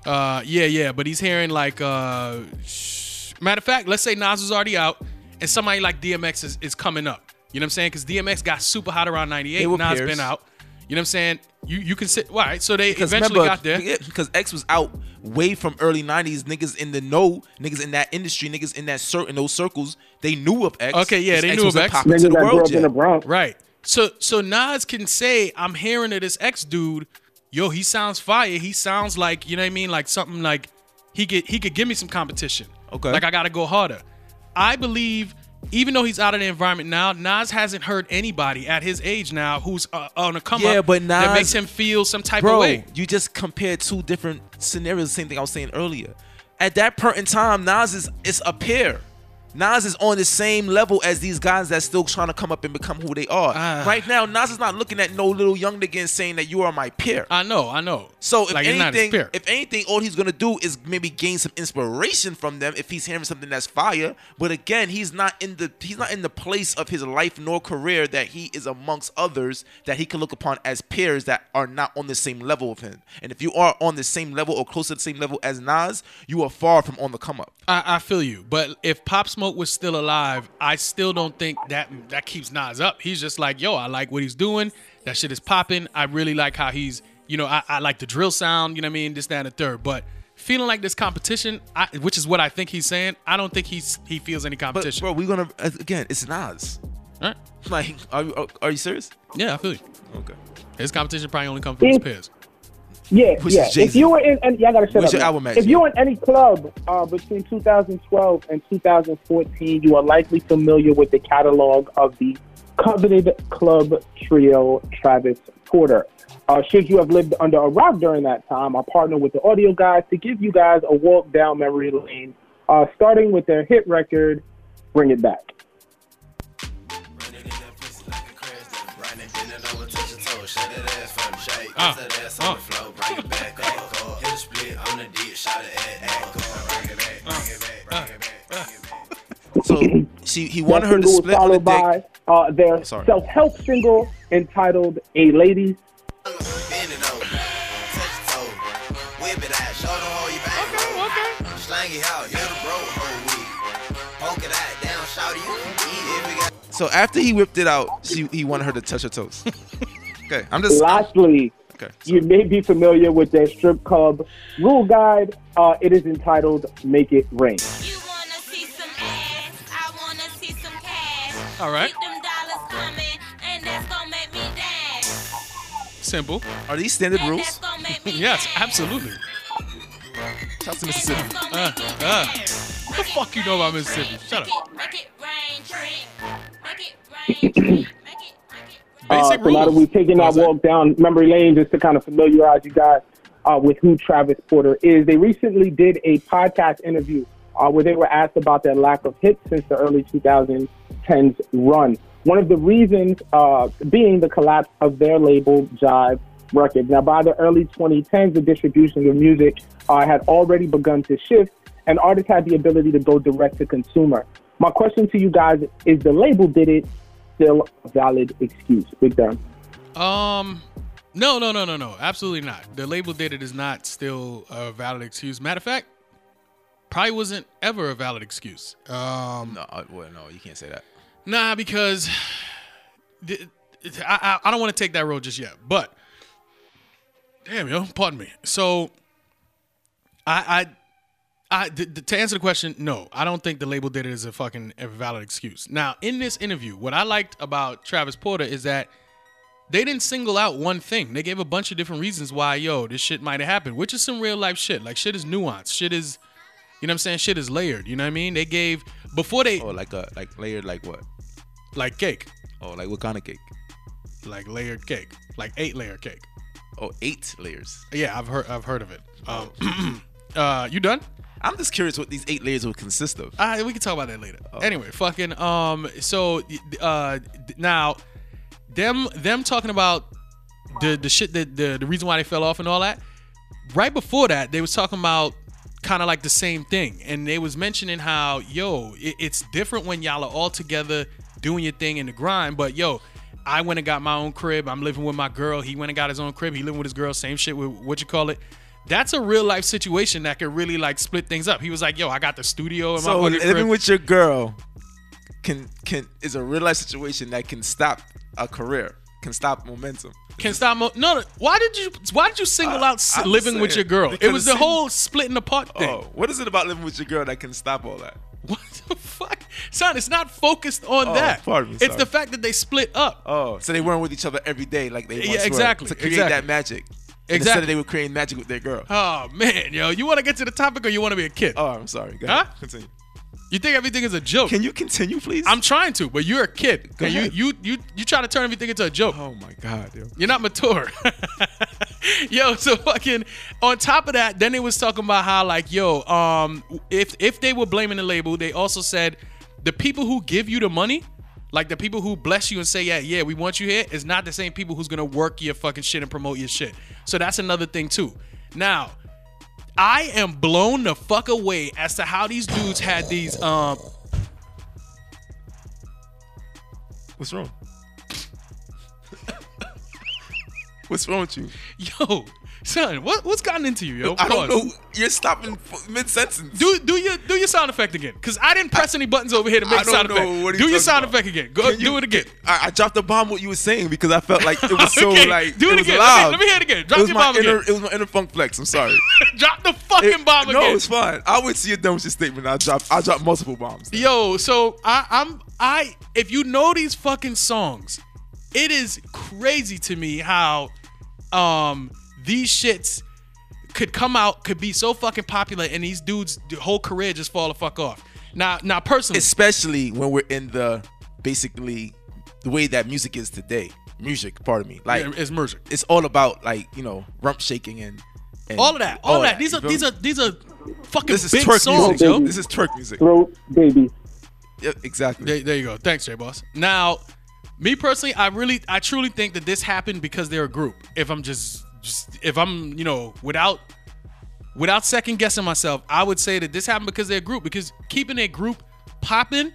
[SPEAKER 2] Uh, yeah, yeah, but he's hearing like, uh, sh- matter of fact, let's say Nas was already out and somebody like DMX is, is coming up. You know what I'm saying? Because DMX got super hot around '98.
[SPEAKER 4] They were
[SPEAKER 2] Nas
[SPEAKER 4] peers.
[SPEAKER 2] been out. You know what I'm saying? You you can sit. All right, so they
[SPEAKER 4] Because
[SPEAKER 2] eventually
[SPEAKER 4] remember,
[SPEAKER 2] got there.
[SPEAKER 4] because X was out way from early '90s. Niggas in the know, niggas in that industry, niggas in that cir- in those circles, they knew of X.
[SPEAKER 2] Okay, yeah,
[SPEAKER 4] 'cause
[SPEAKER 2] they
[SPEAKER 4] X
[SPEAKER 2] knew of
[SPEAKER 4] wasn't
[SPEAKER 2] X.
[SPEAKER 4] popping to
[SPEAKER 3] Niggas
[SPEAKER 4] the
[SPEAKER 3] that grew
[SPEAKER 4] world
[SPEAKER 3] up in
[SPEAKER 4] yet.
[SPEAKER 3] the Bronx.
[SPEAKER 2] Right. So so Nas can say, I'm hearing of this ex dude. Yo, he sounds fire. He sounds like, you know what I mean? Like something like he could he could give me some competition.
[SPEAKER 4] Okay.
[SPEAKER 2] Like I gotta go harder. I believe even though he's out of the environment now, Nas hasn't heard anybody at his age now who's uh, on a come
[SPEAKER 4] Yeah,
[SPEAKER 2] up
[SPEAKER 4] but
[SPEAKER 2] that
[SPEAKER 4] Nas-
[SPEAKER 2] makes him feel some type
[SPEAKER 4] bro,
[SPEAKER 2] of way.
[SPEAKER 4] you just compared two different scenarios. Same thing I was saying earlier. At that point in time, Nas is is a peer. Nas is on the same level as these guys that's still trying to come up and become who they are.
[SPEAKER 2] Ah.
[SPEAKER 4] right now, Nas is not looking at no little young nigga and saying that you are my peer.
[SPEAKER 2] I know, I know.
[SPEAKER 4] So if
[SPEAKER 2] Like, it's not his
[SPEAKER 4] anything,
[SPEAKER 2] peer.
[SPEAKER 4] if anything, all he's gonna do is maybe gain some inspiration from them if he's hearing something that's fire. But again, he's not in the he's not in the place of his life nor career that he is amongst others that he can look upon as peers that are not on the same level of him. And if you are on the same level or close to the same level as Nas, you are far from on the come up.
[SPEAKER 2] I, I feel you, but if Pop Smoke was still alive, I still don't think that that keeps Nas up. He's just like, yo, I like what he's doing. That shit is popping. I really like how he's, you know, I, I like the drill sound. You know what I mean? This, that, and the third. But feeling like this competition, I, which is what I think he's saying, I don't think he's he feels any
[SPEAKER 4] But
[SPEAKER 2] competition.
[SPEAKER 4] bro, we're gonna again, it's Nas. (laughs)
[SPEAKER 2] All right?
[SPEAKER 4] Like, are you are, are you serious?
[SPEAKER 2] Yeah, I feel you.
[SPEAKER 4] Okay.
[SPEAKER 2] His competition probably only comes from his
[SPEAKER 3] Yeah.
[SPEAKER 2] peers.
[SPEAKER 3] Yeah,
[SPEAKER 4] Which
[SPEAKER 3] yeah.
[SPEAKER 4] is Jay-Z.
[SPEAKER 3] If you were in, and y'all gotta shut up.
[SPEAKER 4] What's your
[SPEAKER 3] man.
[SPEAKER 4] album at,
[SPEAKER 3] if
[SPEAKER 4] Jay?
[SPEAKER 3] you were in any club uh, between 2012 and 2014, you are likely familiar with the catalog of the coveted club trio Travis Porter. Uh, should you have lived under a rock during that time, I partnered with the audio guys to give you guys a walk down memory lane, uh, starting with their hit record, "Bring It Back."
[SPEAKER 2] Ah, ah.
[SPEAKER 4] So she he wanted her to
[SPEAKER 3] single was
[SPEAKER 4] split on the
[SPEAKER 3] followed
[SPEAKER 4] dick.
[SPEAKER 3] by
[SPEAKER 4] Oh,
[SPEAKER 3] uh, their
[SPEAKER 4] Sorry.
[SPEAKER 3] self-help single entitled "A Lady."
[SPEAKER 7] Bend it over, touch it over, whip it out, show them how you bang.
[SPEAKER 2] Okay,
[SPEAKER 7] roll.
[SPEAKER 2] okay.
[SPEAKER 7] Slang it out, you're the bro, hoe weed. Poke it out, down, shout it, you can eat if you got.
[SPEAKER 4] So after he whipped it out, she, he wanted her to touch her (laughs) toes. okay, I'm just
[SPEAKER 3] Lastly,
[SPEAKER 4] okay.
[SPEAKER 3] you may be familiar with their strip club rule guide. Uh, it is entitled "Make It Rain."
[SPEAKER 8] You wanna see some ass, I wanna see some cash.
[SPEAKER 2] All right.
[SPEAKER 8] Keep them dollars coming, and that's gonna make me dash.
[SPEAKER 2] Simple.
[SPEAKER 4] Are these standard
[SPEAKER 8] And
[SPEAKER 4] rules?
[SPEAKER 8] that's gonna make me
[SPEAKER 2] (laughs) Yes,
[SPEAKER 8] dash.
[SPEAKER 2] absolutely.
[SPEAKER 4] Shout out to
[SPEAKER 8] And
[SPEAKER 4] Mississippi.
[SPEAKER 8] that's gonna
[SPEAKER 2] Uh,
[SPEAKER 8] make me
[SPEAKER 2] uh.
[SPEAKER 8] dash.
[SPEAKER 2] The fuck you know about Mississippi? Shut up.
[SPEAKER 8] Make it rain, drink. Make
[SPEAKER 2] (clears throat)
[SPEAKER 8] it rain, drink. Make it rain, drink. Make it, make it rain.
[SPEAKER 2] Basic
[SPEAKER 3] uh, so now that
[SPEAKER 2] rules.
[SPEAKER 3] we've taken
[SPEAKER 2] What
[SPEAKER 3] our
[SPEAKER 2] was that?
[SPEAKER 3] walk down memory lane just to kind of familiarize you guys uh, with who Travis Porter is, they recently did a podcast interview uh, where they were asked about their lack of hits since the early 2010s run. One of the reasons uh, being the collapse of their label, Jive Records. Now, by the early 2010s, the distribution of music uh, had already begun to shift, and artists had the ability to go direct to consumer. My question to you guys is the label did it, still a valid excuse? Big time.
[SPEAKER 2] Um, no, no, no, no, no. Absolutely not. The label dated is not still a valid excuse. Matter of fact, probably wasn't ever a valid excuse. Um,
[SPEAKER 4] No, uh, well, no, you can't say that.
[SPEAKER 2] Nah, because the- I, I, I don't want to take that road just yet. But damn, yo, pardon me. So I I, I th- th- to answer the question, no, I don't think the label did it as a fucking valid excuse. Now, in this interview, what I liked about Travis Porter is that they didn't single out one thing. They gave a bunch of different reasons why, yo, this shit might have happened, which is some real life shit. Like shit is nuanced. Shit is, you know what I'm saying? Shit is layered. You know what I mean? They gave before they
[SPEAKER 4] Oh, like a like layered like what?
[SPEAKER 2] like cake.
[SPEAKER 4] Oh, like what kind of cake?
[SPEAKER 2] like layered cake, like eight layer cake.
[SPEAKER 4] Oh, eight layers.
[SPEAKER 2] Yeah, I've heard I've heard of it. Um, (clears throat) uh, you done?
[SPEAKER 4] I'm just curious what these eight layers would consist of.
[SPEAKER 2] Uh, we can talk about that later. Anyway, fucking um, so uh, now them them talking about the the shit that the the reason why they fell off and all that. Right before that, they was talking about kind of like the same thing, and they was mentioning how yo, it, it's different when y'all are all together doing your thing in the grind, but yo. I went and got my own crib. I'm living with my girl. He went and got his own crib. He living with his girl. Same shit with what you call it. That's a real life situation that could really like split things up. He was like, "Yo, I got the studio in
[SPEAKER 4] So
[SPEAKER 2] my fucking crib."
[SPEAKER 4] living with your girl can can is a real life situation that can stop a career, can stop momentum.
[SPEAKER 2] can stop. Mo- no, no, why did you? Why did you single
[SPEAKER 4] Uh,
[SPEAKER 2] out s-
[SPEAKER 4] I'm
[SPEAKER 2] living with
[SPEAKER 4] saying,
[SPEAKER 2] your girl? It
[SPEAKER 4] because
[SPEAKER 2] was
[SPEAKER 4] it
[SPEAKER 2] the
[SPEAKER 4] seemed-
[SPEAKER 2] whole splitting apart thing.
[SPEAKER 4] Oh, what is it about living with your girl that can stop all that?
[SPEAKER 2] (laughs) What the fuck, son? It's not focused on
[SPEAKER 4] Oh,
[SPEAKER 2] that.
[SPEAKER 4] pardon me,
[SPEAKER 2] it's
[SPEAKER 4] sorry.
[SPEAKER 2] the fact that they split up.
[SPEAKER 4] Oh, so they weren't with each other every day like they
[SPEAKER 2] Yeah,
[SPEAKER 4] once were,
[SPEAKER 2] exactly,
[SPEAKER 4] to create
[SPEAKER 2] exactly.
[SPEAKER 4] that magic. And Instead
[SPEAKER 2] Exactly.
[SPEAKER 4] of they were creating magic with their girl.
[SPEAKER 2] Oh man, yo, you want to get to the topic or you want to be a kid?
[SPEAKER 4] Oh, I'm sorry. Go
[SPEAKER 2] Huh?
[SPEAKER 4] ahead. Continue.
[SPEAKER 2] you think everything is a joke?
[SPEAKER 4] Can you continue, please?
[SPEAKER 2] I'm trying to, but you're a kid.
[SPEAKER 4] Go
[SPEAKER 2] And you
[SPEAKER 4] ahead.
[SPEAKER 2] you you you try to turn everything into a joke.
[SPEAKER 4] Oh my god, yo.
[SPEAKER 2] You're not mature. (laughs) yo, so fucking on top of that, then they was talking about how like, yo, um, if if they were blaming the label, they also said the people who give you the money, like the people who bless you and say, Yeah, yeah, we want you here, is not the same people who's gonna work your fucking shit and promote your shit. So that's another thing too. Now, I am blown the fuck away as to how these dudes had these um
[SPEAKER 4] What's wrong? What's wrong with you?
[SPEAKER 2] yo, son, what what's gotten into you, yo?
[SPEAKER 4] I don't
[SPEAKER 2] Pause.
[SPEAKER 4] know. You're stopping mid sentence.
[SPEAKER 2] Do do your do your sound effect again, cause I didn't press any buttons over here to make
[SPEAKER 4] I
[SPEAKER 2] a sound
[SPEAKER 4] don't know
[SPEAKER 2] effect.
[SPEAKER 4] what he's
[SPEAKER 2] do your
[SPEAKER 4] talking
[SPEAKER 2] sound
[SPEAKER 4] about.
[SPEAKER 2] effect again. Go
[SPEAKER 4] Can you-
[SPEAKER 2] do it again. (laughs)
[SPEAKER 4] I, I dropped the bomb what you were saying because I felt like it was so
[SPEAKER 2] Okay,
[SPEAKER 4] like
[SPEAKER 2] do it
[SPEAKER 4] was
[SPEAKER 2] again. Let me-
[SPEAKER 4] Loud.
[SPEAKER 2] let me hear it again. Drop
[SPEAKER 4] it was
[SPEAKER 2] your
[SPEAKER 4] my
[SPEAKER 2] bomb again.
[SPEAKER 4] inner, It was my inner funk flex. I'm sorry.
[SPEAKER 2] (laughs) Drop the fucking
[SPEAKER 4] It-
[SPEAKER 2] bomb
[SPEAKER 4] no,
[SPEAKER 2] again.
[SPEAKER 4] it's fine. I went to your dumb shit statement. I drop. I drop multiple bombs.
[SPEAKER 2] Yo, so I, I'm I if you know these fucking songs, it is crazy to me how um these shits could come out could be so fucking popular and these dudes the whole career just fall the fuck off. Now now personally,
[SPEAKER 4] Especially when we're in the basically the way that music is today. Music, pardon me. Like
[SPEAKER 2] yeah, it's merger.
[SPEAKER 4] it's all about like you know rump shaking and, and
[SPEAKER 2] All of that, all, of that. These
[SPEAKER 4] Oh, you
[SPEAKER 2] are
[SPEAKER 4] feel
[SPEAKER 2] these
[SPEAKER 4] me?
[SPEAKER 2] are these are fucking
[SPEAKER 4] this is
[SPEAKER 2] big
[SPEAKER 4] twerk
[SPEAKER 2] songs,
[SPEAKER 4] music.
[SPEAKER 2] yo.
[SPEAKER 4] This is twerk music.
[SPEAKER 3] Throat baby.
[SPEAKER 4] Yeah, exactly.
[SPEAKER 2] There, there you go. Thanks, J Boss. Now, me personally, I really, I truly think that this happened because they're a group. If I'm just, just if I'm, you know, without, without second guessing myself, I would say that this happened because they're a group. Because keeping a group popping,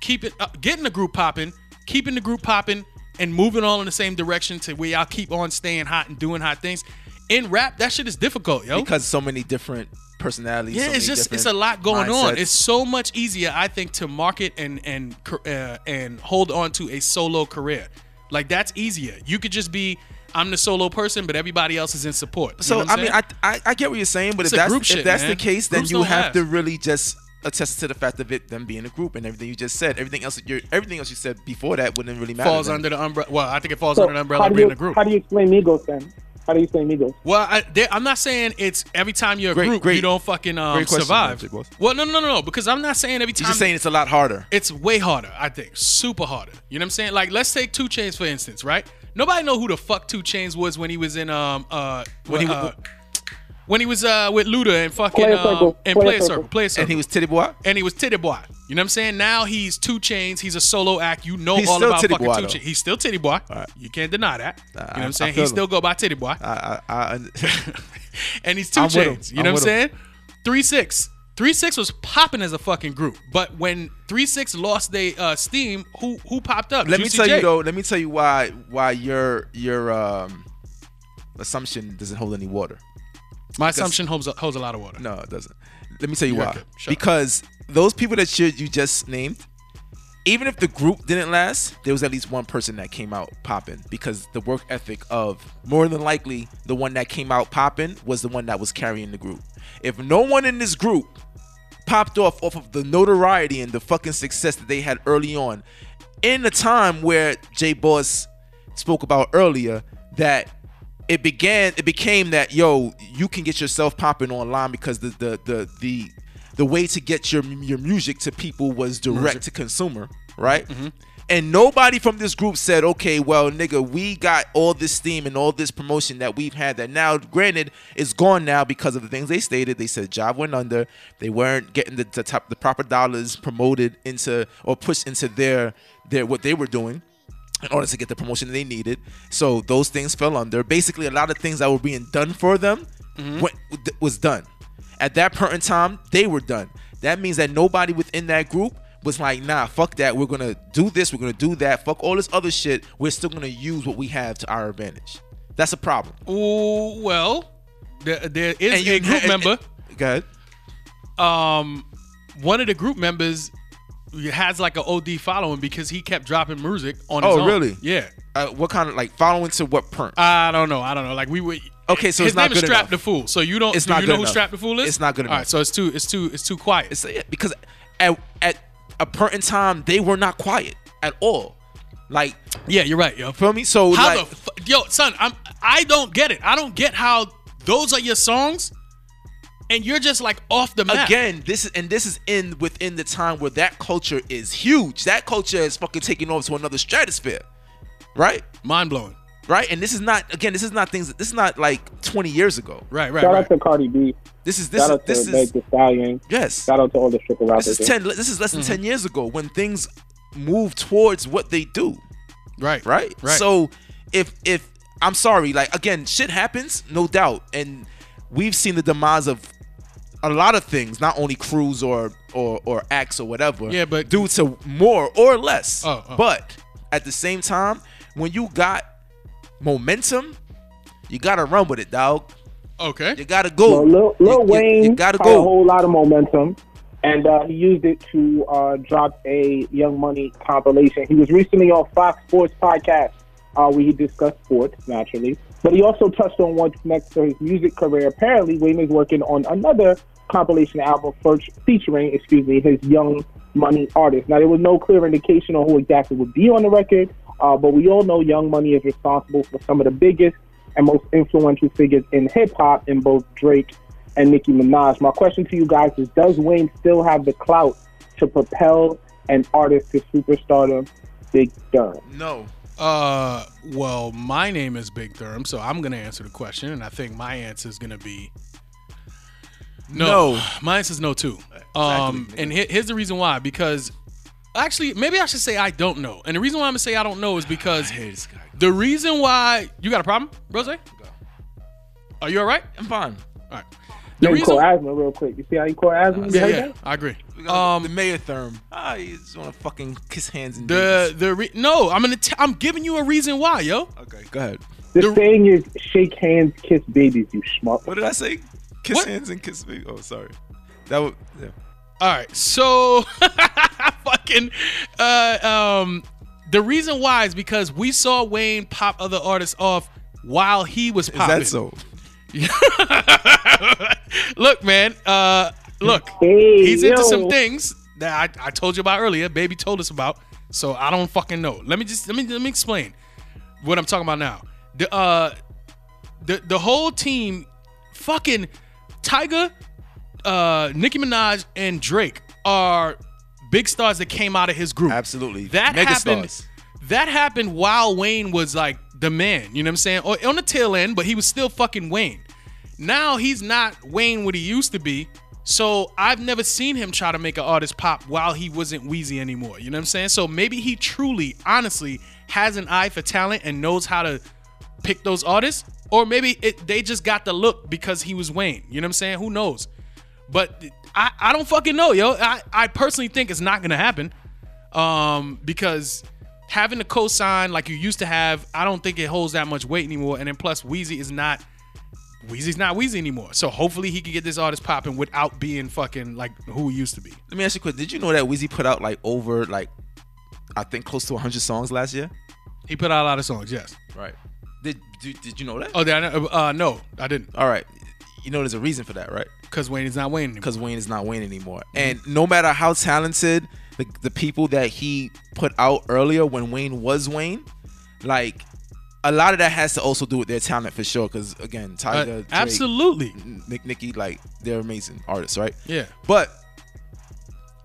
[SPEAKER 2] keeping, uh, getting the group popping, keeping the group popping, and moving all in the same direction to where y'all keep on staying hot and doing hot things. In rap, that shit is difficult, yo.
[SPEAKER 4] because so many different personalities. so
[SPEAKER 2] Yeah, it's
[SPEAKER 4] many
[SPEAKER 2] just it's a
[SPEAKER 4] different
[SPEAKER 2] lot going on.
[SPEAKER 4] mindsets.
[SPEAKER 2] It's so much easier, I think, to market and and uh, and hold on to a solo career. Like that's easier. You could just be I'm the solo person, but everybody else is in support. You
[SPEAKER 4] so.
[SPEAKER 2] know what
[SPEAKER 4] I
[SPEAKER 2] I'm
[SPEAKER 4] mean,
[SPEAKER 2] saying?
[SPEAKER 4] I, I I get what you're saying, but
[SPEAKER 2] It's
[SPEAKER 4] if
[SPEAKER 2] a
[SPEAKER 4] that's
[SPEAKER 2] group
[SPEAKER 4] if
[SPEAKER 2] shit,
[SPEAKER 4] that's
[SPEAKER 2] man.
[SPEAKER 4] the case, then
[SPEAKER 2] Groups
[SPEAKER 4] you
[SPEAKER 2] don't
[SPEAKER 4] have
[SPEAKER 2] have.
[SPEAKER 4] to really just attest to the fact of it them being a group and everything you just said. Everything else that you're everything else you said before that wouldn't really matter.
[SPEAKER 2] falls
[SPEAKER 4] then.
[SPEAKER 2] under the umbrella. Well, I think it falls
[SPEAKER 3] So
[SPEAKER 2] under the umbrella
[SPEAKER 3] how,
[SPEAKER 2] of
[SPEAKER 3] do
[SPEAKER 2] being
[SPEAKER 3] you,
[SPEAKER 2] a group.
[SPEAKER 3] how do you explain Migos then? How do you explain Migos?
[SPEAKER 2] Well, I, they, I'm not saying it's every time you're a
[SPEAKER 4] Great,
[SPEAKER 2] group
[SPEAKER 4] great.
[SPEAKER 2] you don't fucking um,
[SPEAKER 4] Great question,
[SPEAKER 2] survive.
[SPEAKER 4] Magic Boss.
[SPEAKER 2] Well, no, no, no, no, because I'm not saying every
[SPEAKER 4] You're
[SPEAKER 2] time.
[SPEAKER 4] just saying it's a lot harder.
[SPEAKER 2] it's way harder, I think. Super harder. You know what I'm saying? Like, let's take Two Chains for instance, right? Nobody know who the fuck Two Chains was when he was in um uh when he
[SPEAKER 4] he
[SPEAKER 2] uh,
[SPEAKER 4] w-
[SPEAKER 2] when he was uh with Luda and fucking
[SPEAKER 3] Player
[SPEAKER 2] um,
[SPEAKER 3] Circle.
[SPEAKER 2] and
[SPEAKER 3] Player
[SPEAKER 2] Player
[SPEAKER 3] Circle.
[SPEAKER 2] Circle, Player Circle,
[SPEAKER 4] And he was titty boy.
[SPEAKER 2] and he was Titty Boy. You know what I'm saying? Now he's Two Chains. He's a solo act. You know
[SPEAKER 4] He's
[SPEAKER 2] all
[SPEAKER 4] still
[SPEAKER 2] about
[SPEAKER 4] Titty
[SPEAKER 2] fucking
[SPEAKER 4] Boy,
[SPEAKER 2] Two
[SPEAKER 4] though.
[SPEAKER 2] Chains. He's still Titty Boy. You can't deny that. you know what
[SPEAKER 4] I-
[SPEAKER 2] I'm saying?
[SPEAKER 4] I
[SPEAKER 2] He
[SPEAKER 4] feel
[SPEAKER 2] still
[SPEAKER 4] him.
[SPEAKER 2] go by Titty Boy
[SPEAKER 4] I I, I
[SPEAKER 2] (laughs) and he's 2
[SPEAKER 4] I'm with him.
[SPEAKER 2] (laughs) chains. You
[SPEAKER 4] I'm
[SPEAKER 2] know what I'm
[SPEAKER 4] with
[SPEAKER 2] saying? Three six. Three Six was popping as a fucking group, but when Three Six lost they uh, steam, who who popped up?
[SPEAKER 4] Let me
[SPEAKER 2] Juicy
[SPEAKER 4] tell
[SPEAKER 2] J.
[SPEAKER 4] you though. Let me tell you why why your your um, assumption doesn't hold any water.
[SPEAKER 2] My assumption holds a, holds a lot of water.
[SPEAKER 4] No, it doesn't. Let me tell you
[SPEAKER 2] You're
[SPEAKER 4] why.
[SPEAKER 2] good. Shut up.
[SPEAKER 4] Because those people that you, you just named, even if the group didn't last, there was at least one person that came out popping because the work ethic of more than likely the one that came out popping was the one that was carrying the group. If no one in this group popped off off of the notoriety and the fucking success that they had early on, in the time where J Boss spoke about earlier that it began it became that yo you can get yourself popping online because the the the the the way to get your your music to people was direct to consumer right and nobody from this group said okay well nigga we got all this steam and all this promotion that we've had that now granted is gone now because of the things they stated they said job went under they weren't getting the, the top the proper dollars promoted into or pushed into their their what they were doing in order to get the promotion they needed. So those things fell under. Basically, a lot of things that were being done for them went, was done. At that point in time, they were done. That means that nobody within that group was like, nah, fuck that. We're gonna do this. We're gonna do that. Fuck all this other shit. We're still gonna use what we have to our advantage. That's a problem.
[SPEAKER 2] Ooh, well, there, there is a group
[SPEAKER 4] and-
[SPEAKER 2] member.
[SPEAKER 4] and- Go ahead.
[SPEAKER 2] um, one of the group members has like an OD following because he kept dropping music on. his
[SPEAKER 4] Oh,
[SPEAKER 2] own.
[SPEAKER 4] really?
[SPEAKER 2] Yeah.
[SPEAKER 4] Uh, what kind of like following to what print?
[SPEAKER 2] I don't know. I don't know. Like we would.
[SPEAKER 4] Okay, so
[SPEAKER 2] his
[SPEAKER 4] it's not
[SPEAKER 2] name is
[SPEAKER 4] good
[SPEAKER 2] Strap
[SPEAKER 4] enough.
[SPEAKER 2] the Fool. So you don't.
[SPEAKER 4] It's
[SPEAKER 2] do
[SPEAKER 4] not
[SPEAKER 2] you
[SPEAKER 4] good
[SPEAKER 2] know
[SPEAKER 4] enough.
[SPEAKER 2] who Strap the Fool is?
[SPEAKER 4] It's not good
[SPEAKER 2] All right.
[SPEAKER 4] enough.
[SPEAKER 2] So it's too. It's too. It's too quiet.
[SPEAKER 4] It's yeah, because at at a point in time they were not quiet at all. Like
[SPEAKER 2] yeah, you're right. Yo.
[SPEAKER 4] feel me? So
[SPEAKER 2] How
[SPEAKER 4] like,
[SPEAKER 2] the fu- yo son? I'm. I don't get it. I don't get how those are your songs, and you're just like off the map.
[SPEAKER 4] again this is and this is in within the time where that culture is huge that culture is fucking taking off to another stratosphere right
[SPEAKER 2] Mind blowing.
[SPEAKER 4] right and this is not again this is not things this is not like 20 years ago
[SPEAKER 2] Right. Right.
[SPEAKER 3] Shout
[SPEAKER 2] right.
[SPEAKER 3] out to Cardi B.
[SPEAKER 4] this is this
[SPEAKER 3] Shout
[SPEAKER 4] is
[SPEAKER 3] out to
[SPEAKER 4] this
[SPEAKER 3] Meg
[SPEAKER 4] is
[SPEAKER 3] Thee Stallion.
[SPEAKER 4] yes
[SPEAKER 3] Shout out to all the stripper rappers.
[SPEAKER 4] this is 10 this is less than 10 years ago when things move towards what they do
[SPEAKER 2] right.
[SPEAKER 4] right?
[SPEAKER 2] Right.
[SPEAKER 4] So if if I'm sorry, like again, shit happens, no doubt, and we've seen the demise of a lot of things, not only crews or or or acts or whatever.
[SPEAKER 2] Yeah, but-
[SPEAKER 4] due to more or less.
[SPEAKER 2] Oh, oh.
[SPEAKER 4] But at the same time, when you got momentum, you gotta run with it, dog.
[SPEAKER 2] okay.
[SPEAKER 4] You gotta go.
[SPEAKER 3] Well, Lil,
[SPEAKER 4] You-
[SPEAKER 3] Lil
[SPEAKER 4] you-
[SPEAKER 3] Wayne
[SPEAKER 4] you, gotta
[SPEAKER 3] had a
[SPEAKER 4] go.
[SPEAKER 3] whole lot of momentum, and uh, he used it to uh, drop a Young Money compilation. He was recently on Fox Sports podcast, uh, where he discussed sports naturally, but he also touched on what's next for his music career. Apparently, Wayne is working on another compilation album first featuring, excuse me, his Young Money artist. Now, there was no clear indication on who exactly would be on the record, uh, but we all know Young Money is responsible for some of the biggest and most influential figures in hip hop in both Drake and Nicki Minaj. My question to you guys is Does Wayne still have the clout to propel an artist to superstardom? Big Durn.
[SPEAKER 4] No.
[SPEAKER 2] Uh, well, my name is Big Durham, so I'm gonna answer the question, and I think my answer is gonna be no.
[SPEAKER 4] No.
[SPEAKER 2] My answer is no too. Um, and he- here's the reason why. Because actually, maybe I should say I don't know. And the reason why I'm gonna say I don't know is because the reason why you got a problem, Rose. Are you all right?
[SPEAKER 4] I'm fine.
[SPEAKER 2] All right. The
[SPEAKER 3] You
[SPEAKER 2] reason,
[SPEAKER 3] call asthma real quick. You see how you call asthma? You
[SPEAKER 2] yeah,
[SPEAKER 3] heard
[SPEAKER 2] yeah,
[SPEAKER 3] that?
[SPEAKER 2] I agree.
[SPEAKER 4] We got
[SPEAKER 2] Um,
[SPEAKER 4] the mayor therm. Ah, you just wanna fucking kiss hands and
[SPEAKER 2] the the re- no, I'm gonna t- I'm giving you a reason why, yo.
[SPEAKER 4] babies. Okay, go ahead.
[SPEAKER 3] The,
[SPEAKER 2] The-
[SPEAKER 3] saying is shake hands, kiss babies, you schmuck.
[SPEAKER 4] What did I say? Kiss
[SPEAKER 2] What?
[SPEAKER 4] hands and kiss me. Oh, sorry. That would. Yeah.
[SPEAKER 2] All right, so (laughs) fucking uh, um, the reason why is because we saw Wayne pop other artists off while he was
[SPEAKER 4] Is
[SPEAKER 2] popping.
[SPEAKER 4] that so?
[SPEAKER 2] (laughs) look, man, uh, look,
[SPEAKER 3] Hey,
[SPEAKER 2] he's into
[SPEAKER 3] yo.
[SPEAKER 2] some things that I, I told you about earlier. Baby told us about, so I don't fucking know. Let me just let me let me explain what I'm talking about now. The uh, the the whole team, fucking Tiger, uh, Nicki Minaj, and Drake are big stars that came out of his group.
[SPEAKER 4] Absolutely.
[SPEAKER 2] That
[SPEAKER 4] Mega
[SPEAKER 2] happened.
[SPEAKER 4] stars.
[SPEAKER 2] That happened while Wayne was like the man. You know what I'm saying? Or on the tail end, but he was still fucking Wayne. Now he's not Wayne what he used to be. So I've never seen him try to make an artist pop while he wasn't Wheezy anymore. You know what I'm saying? So maybe he truly, honestly, has an eye for talent and knows how to pick those artists, or maybe it, they just got the look because he was Wayne. You know what I'm saying? Who knows? But I, I don't fucking know, yo. I, I personally think it's not gonna happen. Um, because having a cosign like you used to have, I don't think it holds that much weight anymore. And then plus Wheezy is not Wheezy's not Wheezy anymore. So hopefully he can get this artist popping without being fucking like who he used to be.
[SPEAKER 4] Let me ask you quick. Did you know that Wheezy put out like over like I think close to 100 songs last year?
[SPEAKER 2] He put out a lot of songs, yes.
[SPEAKER 4] Right. Did did, did you know that?
[SPEAKER 2] Oh, did I know? Uh, no, I didn't.
[SPEAKER 4] All right. You know there's a reason for that, right?
[SPEAKER 2] Because Wayne is not Wayne anymore.
[SPEAKER 4] Because Wayne is not Wayne anymore. And no matter how talented the, the people that he put out earlier when Wayne was Wayne, like a lot of that has to also do with their talent for sure. Because again,
[SPEAKER 2] Uh,
[SPEAKER 4] Tiger, Drake,
[SPEAKER 2] absolutely.
[SPEAKER 4] Nick Nicky, like they're amazing artists, right?
[SPEAKER 2] Yeah.
[SPEAKER 4] But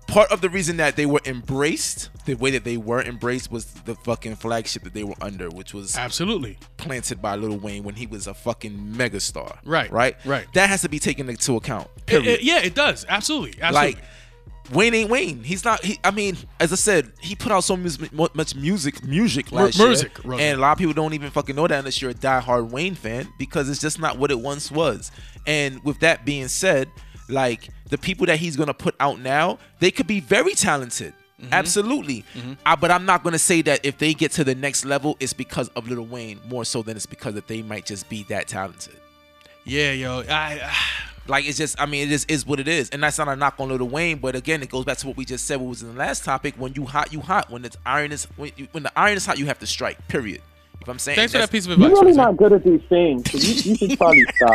[SPEAKER 4] part of the reason that they were embraced, the way that they were embraced, was the fucking flagship that they were under, which was
[SPEAKER 2] Absolutely.
[SPEAKER 4] planted by Lil Wayne when he was a fucking megastar.
[SPEAKER 2] Right,
[SPEAKER 4] Right.
[SPEAKER 2] right.
[SPEAKER 4] That has to be taken into account.
[SPEAKER 2] It-
[SPEAKER 4] Period.
[SPEAKER 2] it- yeah, it does. Absolutely. Absolutely.
[SPEAKER 4] like. Wayne ain't Wayne. He's not. He, I mean, as I said, he put out so mus- mu- much music, music last year,
[SPEAKER 2] music, right.
[SPEAKER 4] and a lot of people don't even fucking know that unless you're a diehard Wayne fan because it's just not what it once was. And with that being said, like the people that he's gonna put out now, they could be very talented.
[SPEAKER 2] Mm-hmm.
[SPEAKER 4] Absolutely, I, but I'm not gonna say that if they get to the next level, it's because of Little Wayne more so than it's because that they might just be that talented.
[SPEAKER 2] yeah, yo. I, uh,
[SPEAKER 4] Like it's just, I mean, it just is what it is, and that's not a knock on Little Wayne, but again, it goes back to what we just said, what was in the last topic. When you hot, you hot. When it's iron is, when, you, when the iron is hot, you have to strike. Period. If I'm saying,
[SPEAKER 2] thanks for
[SPEAKER 4] that's-
[SPEAKER 2] that piece of
[SPEAKER 3] You're
[SPEAKER 2] advice.
[SPEAKER 3] really
[SPEAKER 2] Jose.
[SPEAKER 3] not good at these things. So you, you should
[SPEAKER 4] (laughs)
[SPEAKER 3] probably stop.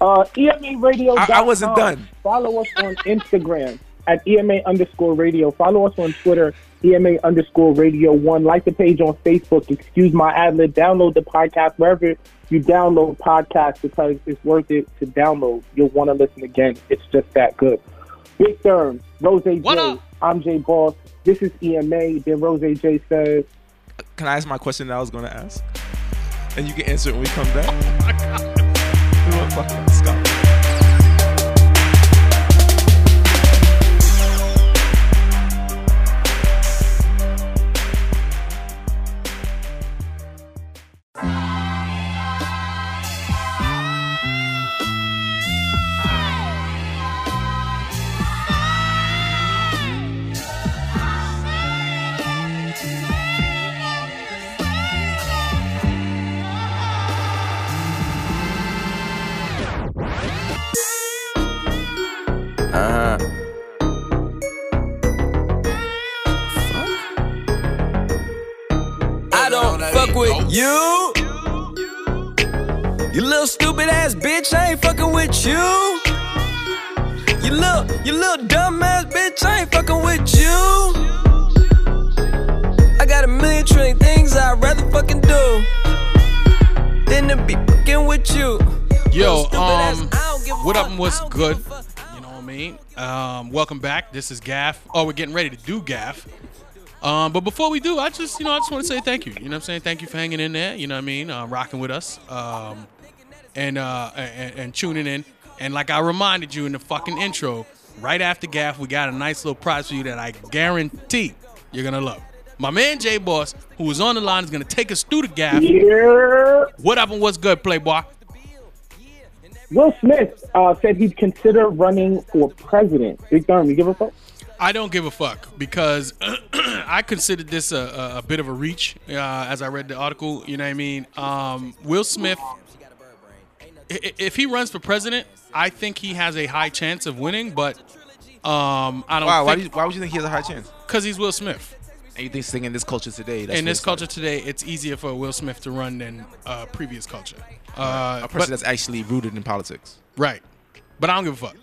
[SPEAKER 3] Uh, EMA Radio.
[SPEAKER 4] I- I wasn't done.
[SPEAKER 3] Follow us on Instagram at EMA underscore radio. Follow us on Twitter, EMA underscore radio one. Like the page on Facebook. Excuse my ad lib. Download the podcast wherever you download podcasts because it's worth it to download. You'll want to listen again. It's just that good. Big Therm, Rose J.
[SPEAKER 2] What up?
[SPEAKER 3] am J Boss. This is EMA. Then Rose J says.
[SPEAKER 4] Can I ask my question that I was going to ask? And you can answer it when we come back.
[SPEAKER 2] Oh
[SPEAKER 4] (laughs) You're a fucking scholar.
[SPEAKER 9] Uh-huh. I don't fuck with you. You little stupid ass bitch, I ain't fucking with you. You little, you little dumb ass bitch, I ain't fucking with you. I got a million trillion things I'd rather fucking do than to be fucking with you.
[SPEAKER 2] Yo,
[SPEAKER 9] Stupid ass,
[SPEAKER 2] um,
[SPEAKER 9] I don't give a
[SPEAKER 2] what up
[SPEAKER 9] fuck,
[SPEAKER 2] and
[SPEAKER 9] I
[SPEAKER 2] what's
[SPEAKER 9] don't
[SPEAKER 2] good?
[SPEAKER 9] give a fuck, I
[SPEAKER 2] You
[SPEAKER 9] don't
[SPEAKER 2] know what I mean? Um, welcome back. This is Gaff. Oh, we're getting ready to do Gaff. Um, but before we do, I just, you know, I just want to say thank you. You know what I'm saying? Thank you for hanging in there. You know what I mean? Uh, rocking with us. Um, and, uh, and and tuning in. And like I reminded you in the fucking intro, right after Gaff, we got a nice little prize for you that I guarantee you're gonna love. My man J Boss, who is on the line, is gonna take us through the Gaff.
[SPEAKER 3] Yeah.
[SPEAKER 2] What up and what's good, Playboy?
[SPEAKER 3] Will Smith uh, said he'd consider running for president. Big Thurm, you give a fuck?
[SPEAKER 2] I don't give a fuck because (clears throat) I considered this a, a, a bit of a reach uh, as I read the article. You know what I mean? Um, Will Smith, i- i- if he runs for president, I think he has a high chance of winning, but um, I don't
[SPEAKER 4] Wow, why, do you,
[SPEAKER 2] think
[SPEAKER 4] why would you think he has a high chance?
[SPEAKER 2] because he's Will Smith.
[SPEAKER 4] And you think singing in this culture today? That's
[SPEAKER 2] In this
[SPEAKER 4] what it's
[SPEAKER 2] culture today, it's easier for Will Smith to run than uh, previous culture. Uh,
[SPEAKER 4] like. a
[SPEAKER 2] but,
[SPEAKER 4] person that's actually rooted in politics.
[SPEAKER 2] right. But I don't give a fuck.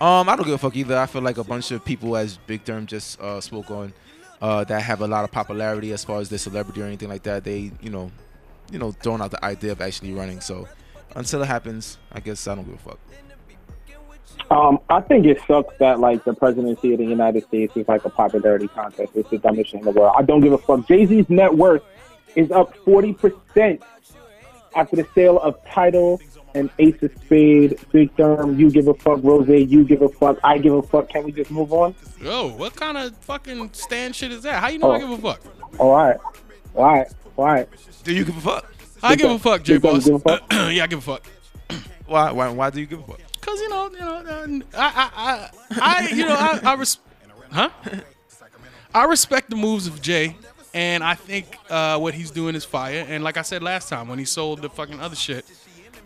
[SPEAKER 4] Um, I don't give a fuck either. I feel like a bunch of people, as Big Derm just uh, spoke on, uh, that have a lot of popularity as far as their celebrity or anything like that. They, you know, you know, throwing out the idea of actually running. So until it happens, I guess I don't give a fuck.
[SPEAKER 3] Um, I think it sucks that like the presidency of the United States is like a popularity contest. It's the dumbest shit in the world. I don't give a fuck. Jay Z's net worth is up forty percent after the sale of Title and Ace of Spade. Big Thurm, you give a fuck. Rose, you give a fuck. I give a fuck. Can we just move on?
[SPEAKER 2] Yo, Oh, what kind of fucking stand shit is that? How you know I
[SPEAKER 3] Oh.
[SPEAKER 2] give a fuck?
[SPEAKER 3] All right, all right, all right.
[SPEAKER 4] Do you give a fuck?
[SPEAKER 2] I give a fuck, J
[SPEAKER 3] You don't
[SPEAKER 2] Boss.
[SPEAKER 3] give a fuck?
[SPEAKER 2] (clears throat) yeah, I give a fuck.
[SPEAKER 4] Why? Why? Why do you give a fuck?
[SPEAKER 2] Cause because you know, you know, uh, I, I, I, I, you know, I, I res- huh? I respect the moves of Jay, and I think uh, what he's doing is fire. And like I said last time, when he sold the fucking other shit,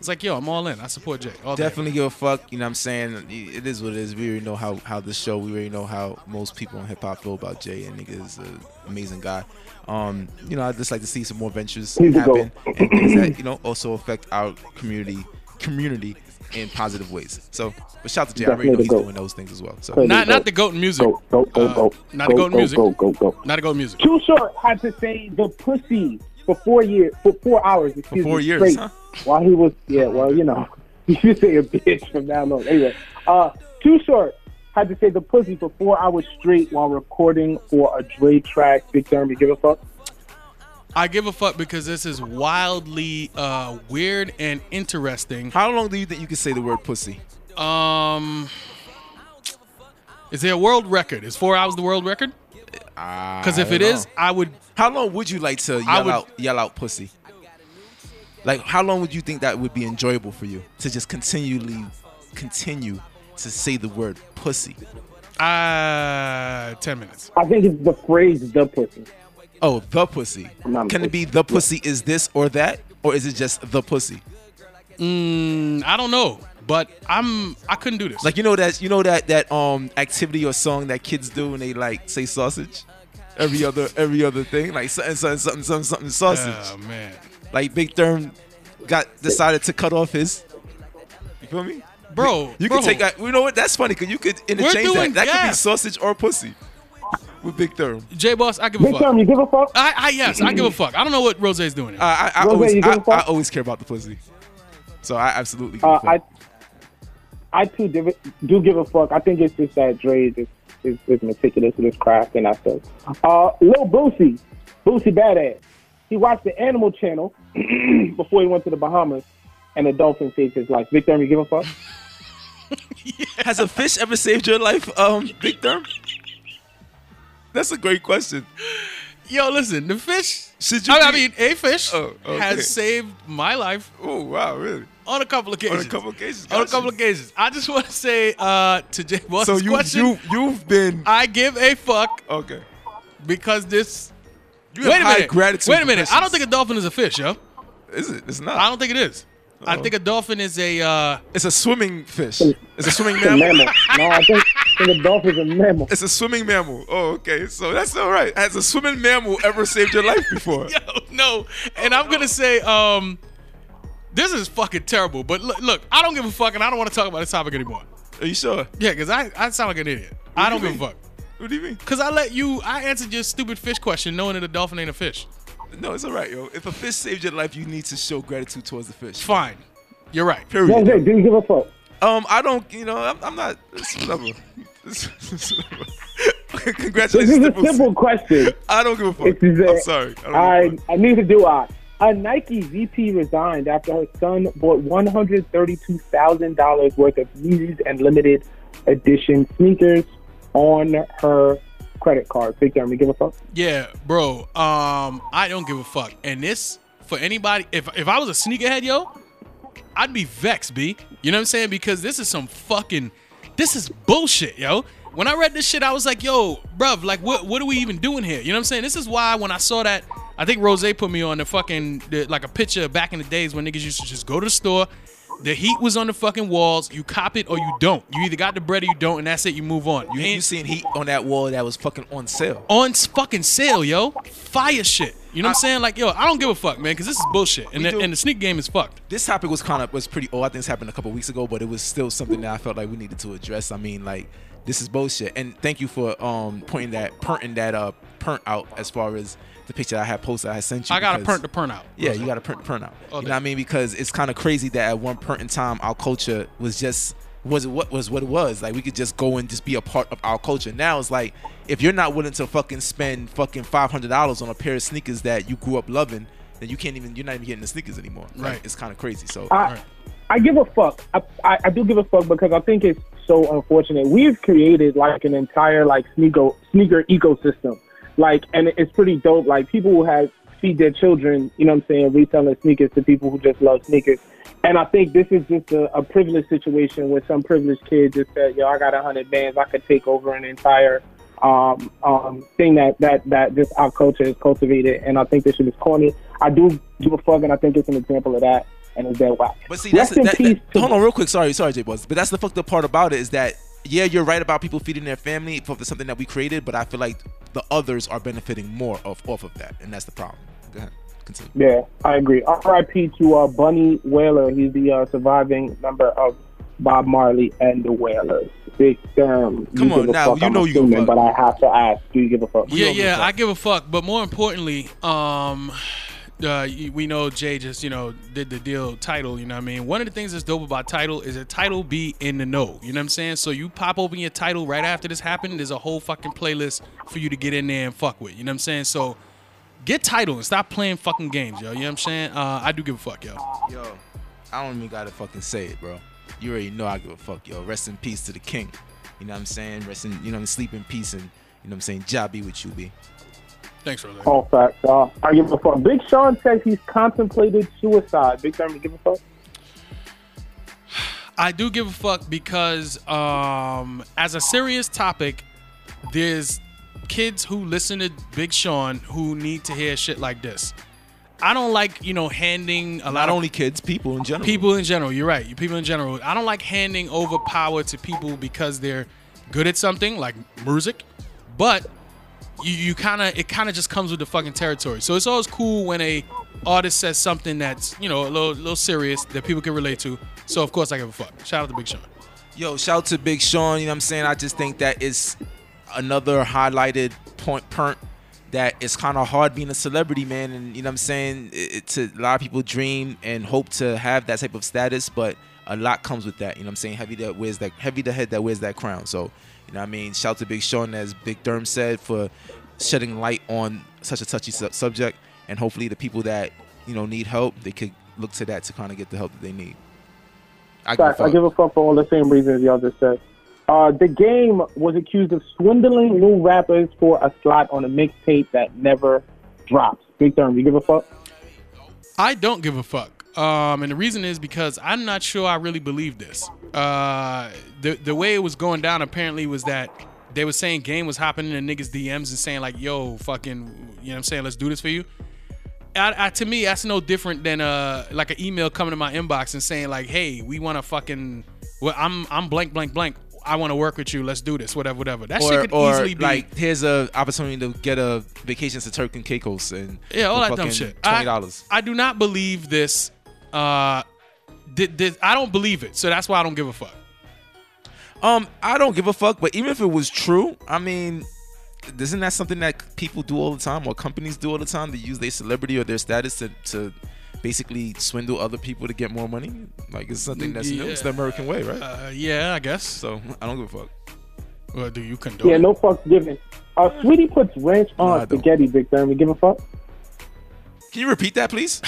[SPEAKER 2] it's like, yo, I'm all in. I support Jay. All day.
[SPEAKER 4] Definitely give a fuck. You know what I'm saying? It is what it is. We already know how, how this show, we already know how most people in hip hop feel about Jay, and nigga is an amazing guy. Um, you know, I'd just like to see some more ventures
[SPEAKER 3] He's the
[SPEAKER 4] happen
[SPEAKER 3] GOAT.
[SPEAKER 4] and things that, you know, also affect our community community in positive ways. So, but shout out to Jay. I already
[SPEAKER 3] Definitely
[SPEAKER 4] know he's
[SPEAKER 3] the GOAT.
[SPEAKER 4] doing those things as well. So,
[SPEAKER 3] Crazy.
[SPEAKER 2] Not, not the goat in music.
[SPEAKER 6] Go, go, go,
[SPEAKER 2] Uh,
[SPEAKER 6] go.
[SPEAKER 2] Not the
[SPEAKER 6] Go,
[SPEAKER 2] goat in
[SPEAKER 6] go,
[SPEAKER 2] music.
[SPEAKER 6] Go, go, go.
[SPEAKER 2] Not the goat in music.
[SPEAKER 3] Too Short had to say the pussy for four years, for four hours, excuse
[SPEAKER 4] four
[SPEAKER 3] me,
[SPEAKER 4] years,
[SPEAKER 3] straight,
[SPEAKER 4] huh?
[SPEAKER 3] while he was, yeah, well, you know, (laughs) you should say a bitch from now on. Anyway, uh, Too Short had to say the pussy for four hours straight while recording for a Dre track. Big Term, you give a fuck?
[SPEAKER 2] I give a fuck because this is wildly uh, weird and interesting.
[SPEAKER 4] how long do you think you can say the word pussy?
[SPEAKER 2] Um, is there a world record? Is four hours the world record? Because if it is, I would.
[SPEAKER 4] How long would you like to
[SPEAKER 2] I
[SPEAKER 4] yell
[SPEAKER 2] would-
[SPEAKER 4] out yell out pussy? Like how long would you think that would be enjoyable for you to just continually continue to say the word pussy?
[SPEAKER 2] Uh, ten minutes.
[SPEAKER 3] I think it's the phrase the pussy.
[SPEAKER 4] Oh, the pussy.
[SPEAKER 3] Not
[SPEAKER 4] Can
[SPEAKER 3] the
[SPEAKER 4] it be the pussy is this or that? Or is it just the pussy?
[SPEAKER 2] Mm, I don't know, but I'm. I couldn't do this.
[SPEAKER 4] Like you know that you know that that um activity or song that kids do when they like say sausage? Every other every other thing, like something something something something, something sausage.
[SPEAKER 2] oh man.
[SPEAKER 4] Like Big Therm got decided to cut off his You feel me?
[SPEAKER 2] Bro,
[SPEAKER 4] You
[SPEAKER 2] bro,
[SPEAKER 4] can take that. You know what? That's funny because you could interchange
[SPEAKER 2] doing-
[SPEAKER 4] that. That could
[SPEAKER 2] yeah.
[SPEAKER 4] be sausage or pussy with Big Therm.
[SPEAKER 2] J Boss, I give a
[SPEAKER 3] Big
[SPEAKER 2] fuck.
[SPEAKER 3] Term, you give a fuck?
[SPEAKER 2] I, I yes, I give a fuck. I don't know what Rose's doing.
[SPEAKER 4] Uh,
[SPEAKER 2] Here.
[SPEAKER 4] I, I,
[SPEAKER 3] Rose,
[SPEAKER 4] always,
[SPEAKER 3] you give
[SPEAKER 4] I,
[SPEAKER 3] a fuck?
[SPEAKER 4] I always care about the pussy. So I absolutely. Give
[SPEAKER 3] Uh,
[SPEAKER 4] a fuck.
[SPEAKER 3] I, I too div- do give a fuck. I think it's just that Dre is, is, is meticulous with his craft, and I said, uh, Lil Boosie, Boosie Badass. He watched the Animal Channel (clears throat) before he went to the Bahamas, and a dolphin saved his life. Victor, you give a fuck?
[SPEAKER 4] Has a fish ever saved your life, um, Big Therm? That's a great question.
[SPEAKER 2] Yo, listen, the fish.
[SPEAKER 4] Should you?
[SPEAKER 2] I, I
[SPEAKER 4] be-
[SPEAKER 2] mean, a fish
[SPEAKER 4] Oh, okay.
[SPEAKER 2] has saved my life
[SPEAKER 4] oh wow, really?
[SPEAKER 2] on a couple
[SPEAKER 4] On a
[SPEAKER 2] occasions.
[SPEAKER 4] couple occasions.
[SPEAKER 2] On a
[SPEAKER 4] gotcha.
[SPEAKER 2] couple occasions. I just want to say uh, to J Boss's
[SPEAKER 4] So you
[SPEAKER 2] question,
[SPEAKER 4] you you've been
[SPEAKER 2] I give a fuck
[SPEAKER 4] okay.
[SPEAKER 2] because this.
[SPEAKER 4] You
[SPEAKER 2] Wait
[SPEAKER 4] have
[SPEAKER 2] a
[SPEAKER 4] high
[SPEAKER 2] minute.
[SPEAKER 4] Gratitude
[SPEAKER 2] Wait a
[SPEAKER 4] for
[SPEAKER 2] minute. I don't think
[SPEAKER 4] fishes.
[SPEAKER 2] a dolphin is a fish, yo.
[SPEAKER 4] is it. It's not.
[SPEAKER 2] I don't think it is. I think a dolphin is a. Uh, (laughs)
[SPEAKER 4] it's a swimming fish. It's
[SPEAKER 3] (laughs)
[SPEAKER 4] a swimming mammal.
[SPEAKER 3] Mammal. No, I think, I think a dolphin's a (laughs) mammal.
[SPEAKER 4] It's a swimming mammal. Oh, okay. So that's all right. Has a swimming mammal ever saved your life (laughs) before?
[SPEAKER 2] yo, no. And I'm gonna say, um, this is fucking terrible. But look, look, I don't give a fuck, and I don't want to talk about this topic anymore.
[SPEAKER 4] Are you sure?
[SPEAKER 2] Yeah, because I, I sound like an idiot. I don't
[SPEAKER 4] do you
[SPEAKER 2] give a
[SPEAKER 4] mean?
[SPEAKER 2] fuck.
[SPEAKER 4] What do you mean?
[SPEAKER 2] Because I let you, I answered your stupid fish question knowing that a dolphin ain't a fish.
[SPEAKER 4] No, it's all right, yo. If a fish saved your life, you need to show gratitude towards the fish.
[SPEAKER 2] Fine. You're right.
[SPEAKER 4] Period.
[SPEAKER 3] Jose, do you give a fuck?
[SPEAKER 4] Um, I don't. You know, I'm, I'm not. It's whatever. (laughs) It's, it's whatever. (laughs)
[SPEAKER 3] This
[SPEAKER 4] Congratulations,
[SPEAKER 3] is
[SPEAKER 4] to
[SPEAKER 3] a
[SPEAKER 4] Boosie.
[SPEAKER 3] simple question.
[SPEAKER 4] I don't give a fuck.
[SPEAKER 3] It's that-
[SPEAKER 4] I'm sorry. I don't give a
[SPEAKER 3] I,
[SPEAKER 4] fuck.
[SPEAKER 3] I neither do I. A Nike VP resigned after her son bought $132,000 worth of Yeezys and limited edition sneakers on her credit card. Big Jeremy, give a fuck.
[SPEAKER 2] Yeah, bro. Um, I don't give a fuck. And this for anybody. If if I was a sneakerhead, yo, I'd be vexed, b. You know what I'm saying? Because this is some fucking, this is bullshit, yo. When I read this shit, I was like, yo, bruv, like, what what are we even doing here? You know what I'm saying? This is why when I saw that, I think Rose put me on the fucking the, like a picture back in the days when niggas used to just go to the store. The heat was on the fucking walls. You cop it or you don't. You either got the bread or you don't, and that's it. You move on.
[SPEAKER 4] You,
[SPEAKER 2] ain't
[SPEAKER 4] you seen heat on that wall that was fucking on sale?
[SPEAKER 2] on s- fucking sale, yo. Fire shit. You know what I'm saying? Like, yo, I don't give a fuck, man, because this is bullshit. And
[SPEAKER 4] We
[SPEAKER 2] the,
[SPEAKER 4] do.
[SPEAKER 2] and the sneak game is fucked.
[SPEAKER 4] this topic was kind of was pretty old. I think this happened a couple weeks ago, but it was still something that I felt like we needed to address. I mean, like this is bullshit. And thank you for um pointing that printing that uh print out as far as the picture I had posted I had sent you.
[SPEAKER 2] I gotta
[SPEAKER 4] because-
[SPEAKER 2] print the print out.
[SPEAKER 4] yeah, you got to print print out.
[SPEAKER 2] Oh,
[SPEAKER 4] you
[SPEAKER 2] they-
[SPEAKER 4] know what I mean? Because it's kind of crazy that at one point in time, our culture was just was what was what it was. Like we could just go and just be a part of our culture. Now it's like if you're not willing to fucking spend fucking five hundred dollars on a pair of sneakers that you grew up loving, then you can't even you're not even getting the sneakers anymore. Like,
[SPEAKER 2] Right.
[SPEAKER 4] it's kind of crazy. So
[SPEAKER 3] I, I give a fuck. I, I, I do give a fuck because I think it's so unfortunate. We've created like an entire like sneaker sneaker ecosystem, like, and it's pretty dope. Like people who have feed their children, you know what I'm saying, retailing sneakers to people who just love sneakers. And I think this is just a, a privileged situation where some privileged kid just said, yo, I got a hundred bands, I could take over an entire um, um, thing that, that, that just our culture has cultivated. And I think this shit is corny. I do do a fuck, and I think it's an example of that. And it's that whack.
[SPEAKER 4] But see, that's
[SPEAKER 3] Rest in
[SPEAKER 4] that,
[SPEAKER 3] peace
[SPEAKER 4] that-
[SPEAKER 3] to
[SPEAKER 4] hold on, real quick. Sorry, sorry, J Buzz. But that's the fucked up part about it is that yeah, you're right about people feeding their family for something that we created, but I feel like the others are benefiting more of off of that, and that's the problem. Go ahead, continue.
[SPEAKER 3] Yeah, I agree. R.I.P. to uh, Bunny Whaler. He's the uh, surviving member of Bob Marley and the Whalers. Big um,
[SPEAKER 4] Come
[SPEAKER 3] you
[SPEAKER 4] on,
[SPEAKER 3] give a
[SPEAKER 4] now,
[SPEAKER 3] fuck,
[SPEAKER 4] you
[SPEAKER 3] I'm
[SPEAKER 4] know you give a
[SPEAKER 3] assuming,
[SPEAKER 4] fuck.
[SPEAKER 3] but I have to ask. Do you give a fuck?
[SPEAKER 2] yeah,
[SPEAKER 4] don't give a
[SPEAKER 2] yeah,
[SPEAKER 4] fuck.
[SPEAKER 2] I give a fuck. But more importantly, um, (sighs) uh, y- we know Jay just you know did the deal title. You know what I mean? One of the things that's dope about title is that title be in the know. You know what I'm saying? So you pop open your title right after this happened. There's a whole fucking playlist for you to get in there and fuck with. You know what I'm saying? So. Get title and stop playing fucking games, yo. You know what I'm saying? Uh, I do give a fuck, yo.
[SPEAKER 4] Yo, I don't even gotta fucking say it, bro. You already know I give a fuck, yo. Rest in peace to the king. You know what I'm saying? Rest in, you know, sleep in peace, and you know what I'm saying. Job be with you, b.
[SPEAKER 2] Thanks for that.
[SPEAKER 3] All facts. Uh, I give a fuck. Big Sean says he's contemplated suicide. Big Sean, you give a fuck?
[SPEAKER 2] I do give a fuck because um, as a serious topic, there's kids who listen to Big Sean who need to hear shit like this. I don't like, you know, handing a lot
[SPEAKER 4] Not
[SPEAKER 2] of
[SPEAKER 4] only kids, people in general.
[SPEAKER 2] people in general. You're right. People in general. I don't like handing over power to people because they're good at something like music, but you, you kind of it kind of just comes with the fucking territory. So it's always cool when a artist says something that's you know a little little serious that people can relate to. So of course I give a fuck. Shout out to Big Sean.
[SPEAKER 4] Yo, shout out to Big Sean. You know what I'm saying? I just think that it's another highlighted point point that it's kind of hard being a celebrity, man. And you know what I'm saying? It, it's a lot of people dream and hope to have that type of status, but a lot comes with that. You know what I'm saying? Heavy that wears that heavy the head that wears that crown. So you know what I mean? Shout out to Big Sean, as Big Derm said, for shedding light on such a touchy su- subject. And hopefully, the people that you know need help, they could look to that to kind of get the help that they need. I give a
[SPEAKER 3] Facts. I
[SPEAKER 4] fuck.
[SPEAKER 3] give a fuck for all the same reasons y'all just said. Uh, the game was accused of swindling new rappers for a slot on a mixtape that never drops. Big Term, you give a fuck?
[SPEAKER 2] I don't give a fuck. Um, and the reason is because I'm not sure I really believe this. Uh, the the way it was going down apparently was that they were saying game was hopping into niggas DMs and saying like, "Yo, fucking, you know what I'm saying? Let's do this for you." I, I, to me, that's no different than uh like an email coming to my inbox and saying like, "Hey, we want to fucking, well, I'm I'm blank blank blank. I want to work with you. Let's do this. Whatever, whatever." That shit could easily be
[SPEAKER 4] like here's a opportunity to get a vacation to Turk and Caicos and
[SPEAKER 2] Yeah, all that
[SPEAKER 4] for
[SPEAKER 2] dumb
[SPEAKER 4] fucking
[SPEAKER 2] shit.
[SPEAKER 4] Twenty dollars.
[SPEAKER 2] I, I do not believe this. Uh, thi- this- I don't believe it, so that's why I don't give a fuck.
[SPEAKER 4] Um, I don't give a fuck. But even if it was true, I mean, isn't that something that people do all the time or companies do all the time? They use their celebrity or their status to, to basically swindle other people to get more money. Like it's something that's new. It's the American way, right?
[SPEAKER 2] Uh, yeah, I guess. So,
[SPEAKER 4] so (laughs) I don't give a fuck.
[SPEAKER 2] well, do you condone?
[SPEAKER 3] Yeah, no fucks given. Uh, Sweetie puts ranch on
[SPEAKER 4] Mm. I don't.
[SPEAKER 3] spaghetti, Big Term. You give a fuck?
[SPEAKER 4] Can you repeat that, please?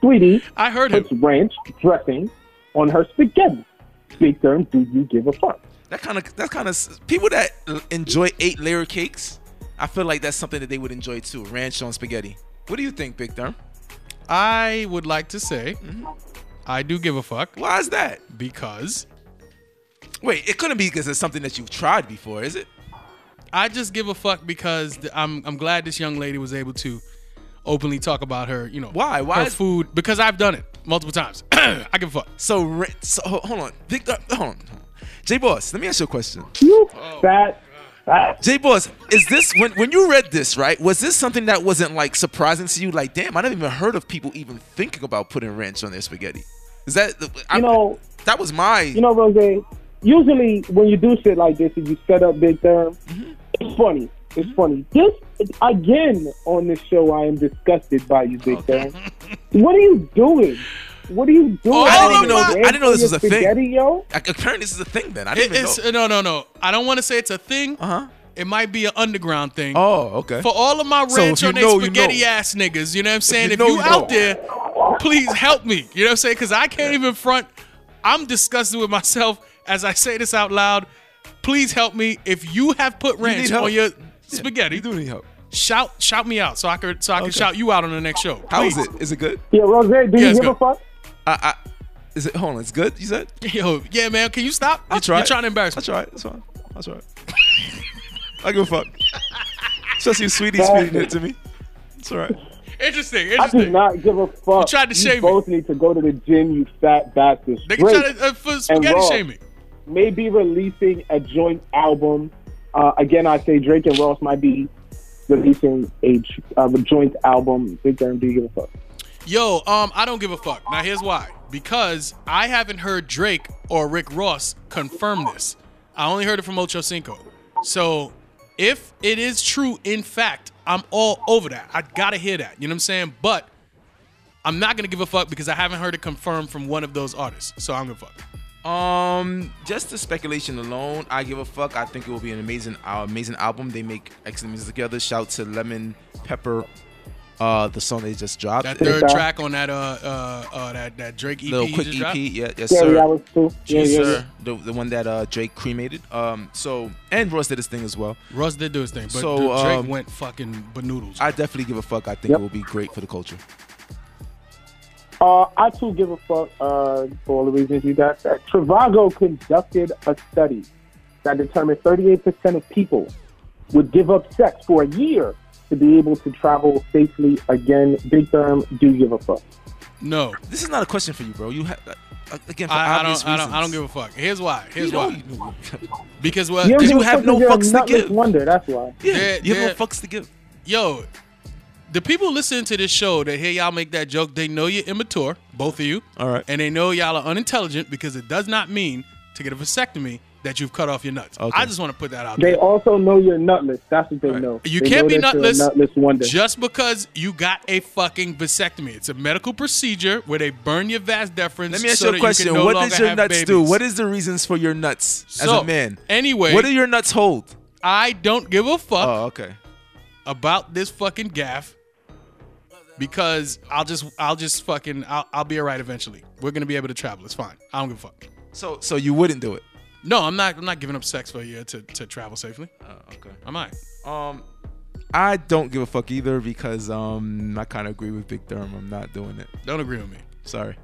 [SPEAKER 3] Sweetie
[SPEAKER 2] I heard him.
[SPEAKER 3] puts ranch dressing on her spaghetti. Big Term, do you give a fuck?
[SPEAKER 4] That kind of that kind of people that l- enjoy eight layer cakes, I feel like that's something that they would enjoy too. Ranch on spaghetti. What do you think, Big Therm?
[SPEAKER 2] I would like to say, I do give a fuck
[SPEAKER 4] Why is that?
[SPEAKER 2] because
[SPEAKER 4] Wait, it couldn't be because it's something that you've tried before, is it?
[SPEAKER 2] I just give a fuck because th- I'm I'm glad this young lady was able to openly talk about her. You know
[SPEAKER 4] Why? Why
[SPEAKER 2] her
[SPEAKER 4] is-
[SPEAKER 2] food? Because I've done it multiple times. (clears throat) I give a fuck.
[SPEAKER 4] So, ra- so ho- hold on, Big Therm, hold on. hold on. J Boss, let me ask you a question.
[SPEAKER 3] You fat, uh, fat.
[SPEAKER 4] J Boss, is this when when you read this right? Was this something that wasn't like surprising to you? Like, damn, I never even heard of people even thinking about putting ranch on their spaghetti. Is that I,
[SPEAKER 3] You know,
[SPEAKER 4] that was my
[SPEAKER 3] you know, Rose. Usually, when you do shit like this, and you set up Big Term,
[SPEAKER 4] Mm-hmm.
[SPEAKER 3] it's funny. It's funny. This again on this show, I am disgusted by you, Big Term.
[SPEAKER 4] (laughs)
[SPEAKER 3] what are you doing? What are you doing?
[SPEAKER 4] Oh, I didn't
[SPEAKER 3] on
[SPEAKER 4] even know-
[SPEAKER 3] there?
[SPEAKER 4] I didn't know this
[SPEAKER 3] Ranch
[SPEAKER 4] was a
[SPEAKER 3] on
[SPEAKER 4] thing.
[SPEAKER 3] your Spaghetti, yo.
[SPEAKER 4] I- apparently this is a thing. Then I
[SPEAKER 2] It- uh,
[SPEAKER 4] didn't
[SPEAKER 2] it's
[SPEAKER 4] even know.
[SPEAKER 2] no, no, no. I don't want to say it's a thing.
[SPEAKER 4] Uh huh.
[SPEAKER 2] It might be an underground thing.
[SPEAKER 4] Oh, okay.
[SPEAKER 2] For all of my
[SPEAKER 4] So if
[SPEAKER 2] ranch
[SPEAKER 4] you
[SPEAKER 2] on they
[SPEAKER 4] know, you
[SPEAKER 2] spaghetti
[SPEAKER 4] know.
[SPEAKER 2] ass niggas, you know what I'm saying?
[SPEAKER 4] you
[SPEAKER 2] If you,
[SPEAKER 4] know, you
[SPEAKER 2] out
[SPEAKER 4] know.
[SPEAKER 2] there, please help me. You know what I'm saying? Because I can't even front. I'm disgusted with myself as I say this out loud. Please help me. If you have put ranch
[SPEAKER 4] help.
[SPEAKER 2] on your spaghetti,
[SPEAKER 4] You do need help.
[SPEAKER 2] Shout shout me out so I could so I could
[SPEAKER 4] Okay.
[SPEAKER 2] shout you out on the next show.
[SPEAKER 4] How is
[SPEAKER 2] please.
[SPEAKER 4] it? Is it good?
[SPEAKER 3] Yeah, Rose, do
[SPEAKER 2] Yeah,
[SPEAKER 3] you
[SPEAKER 2] it's
[SPEAKER 3] give a
[SPEAKER 2] good.
[SPEAKER 3] fuck?
[SPEAKER 4] I, I is it hold on, it's good, you said?
[SPEAKER 2] (laughs) Yo, yeah, man. Can you stop?
[SPEAKER 4] I tried.
[SPEAKER 2] You're trying to embarrass
[SPEAKER 4] I
[SPEAKER 2] me.
[SPEAKER 4] tried. It's fine. I tried. (laughs) I give a fuck. Just you sweeties feeding it to me. It's all right.
[SPEAKER 2] Interesting.
[SPEAKER 3] I do
[SPEAKER 2] Interesting.
[SPEAKER 3] not give a fuck. You
[SPEAKER 2] tried to shame me.
[SPEAKER 3] both need to go to the gym, you fat bastard.
[SPEAKER 2] They can
[SPEAKER 3] Great.
[SPEAKER 2] try to uh, for spaghetti
[SPEAKER 3] Raw.
[SPEAKER 2] shaming.
[SPEAKER 3] maybe releasing a joint album. Uh, again, I say Drake and Ross might be releasing a, j- uh, a joint album. Big Bang, do you give a fuck?
[SPEAKER 2] Yo, um, I don't give a fuck. Now here's why. Because I haven't heard Drake or Rick Ross confirm this. I only heard it from Ocho Cinco. So if it is true, in fact, I'm all over that. I gotta hear that. You know what I'm saying? But I'm not gonna give a fuck because I haven't heard it confirmed from one of those artists. So I'm gonna fuck.
[SPEAKER 4] Um, just the speculation alone, I give a fuck. I think it will be an amazing, uh, amazing album. They make excellent music together. Shout to Lemon Pepper, uh, the song they just dropped.
[SPEAKER 2] That
[SPEAKER 4] It-
[SPEAKER 2] third
[SPEAKER 3] that.
[SPEAKER 2] track on that uh uh, uh that that Drake EP
[SPEAKER 4] little
[SPEAKER 2] he
[SPEAKER 4] quick E
[SPEAKER 2] just
[SPEAKER 4] EP,
[SPEAKER 2] dropped.
[SPEAKER 4] yeah, yes
[SPEAKER 3] Yeah,
[SPEAKER 4] sir.
[SPEAKER 3] yeah, I was too. Yeah,
[SPEAKER 4] Yes,
[SPEAKER 3] yeah, yeah.
[SPEAKER 4] sir. The, the one that uh, Drake cremated. Um, so and Ross did his thing as well.
[SPEAKER 2] Russ did do his thing, but
[SPEAKER 4] So,
[SPEAKER 2] dude, Drake
[SPEAKER 4] um,
[SPEAKER 2] went fucking banoodles.
[SPEAKER 4] I definitely give a fuck. I think
[SPEAKER 3] Yep.
[SPEAKER 4] it will be great for the culture.
[SPEAKER 3] Uh, I too give a fuck uh, for all the reasons you guys said. Trivago conducted a study that determined 38% of people would give up sex for a year to be able to travel safely again. Big Term, do you give a fuck?
[SPEAKER 2] no,
[SPEAKER 4] This is not a question for you, bro. You have again for
[SPEAKER 2] I, I
[SPEAKER 4] obvious
[SPEAKER 2] don't. I don't. I don't
[SPEAKER 4] reasons.
[SPEAKER 2] give a fuck. Here's why. Here's
[SPEAKER 4] You
[SPEAKER 2] why.
[SPEAKER 4] don't-
[SPEAKER 2] Because well,
[SPEAKER 3] don't
[SPEAKER 4] you
[SPEAKER 3] give a
[SPEAKER 4] have
[SPEAKER 3] fuck
[SPEAKER 4] no
[SPEAKER 3] 'cause you're a
[SPEAKER 4] fucks to
[SPEAKER 3] nutless
[SPEAKER 4] give.
[SPEAKER 3] Wonder, that's why.
[SPEAKER 4] (laughs) Yeah,
[SPEAKER 2] They're-
[SPEAKER 4] you
[SPEAKER 2] they're-
[SPEAKER 4] have no fucks to give.
[SPEAKER 2] yo, the people listening to this show that hear y'all make that joke, they know you're immature, both of you.
[SPEAKER 4] All right.
[SPEAKER 2] And they know y'all are unintelligent because it does not mean to get a vasectomy that you've cut off your nuts.
[SPEAKER 4] Okay.
[SPEAKER 2] I just want to put that out
[SPEAKER 3] They
[SPEAKER 2] there.
[SPEAKER 3] also know you're nutless. That's what they know.
[SPEAKER 2] You
[SPEAKER 3] They
[SPEAKER 2] can't
[SPEAKER 3] know
[SPEAKER 2] be
[SPEAKER 3] that you're a
[SPEAKER 2] nutless,
[SPEAKER 3] nutless wonder.
[SPEAKER 2] just because you got a fucking vasectomy. It's a medical procedure where they burn your vas deferens.
[SPEAKER 4] Let me ask
[SPEAKER 2] so
[SPEAKER 4] you
[SPEAKER 2] that
[SPEAKER 4] a question.
[SPEAKER 2] can no
[SPEAKER 4] what
[SPEAKER 2] longer
[SPEAKER 4] does your
[SPEAKER 2] have
[SPEAKER 4] nuts do?
[SPEAKER 2] babies.
[SPEAKER 4] What is the reasons for your nuts as
[SPEAKER 2] So,
[SPEAKER 4] a man?
[SPEAKER 2] anyway- Uh,
[SPEAKER 4] what do your nuts hold?
[SPEAKER 2] I don't give a fuck.
[SPEAKER 4] Oh, okay.
[SPEAKER 2] about this fucking gaff because I'll just I'll just fucking I'll, I'll be all right eventually. We're gonna be able to travel. It's fine. I don't give a fuck.
[SPEAKER 4] So, so you wouldn't do it.
[SPEAKER 2] No, I'm not. I'm not giving up sex for a year to, to travel safely.
[SPEAKER 4] Oh, okay.
[SPEAKER 2] I'm all right.
[SPEAKER 4] Um, I don't give a fuck either because um, I kind of agree with Big Durham. I'm not doing it.
[SPEAKER 2] Don't agree with me.
[SPEAKER 4] Sorry.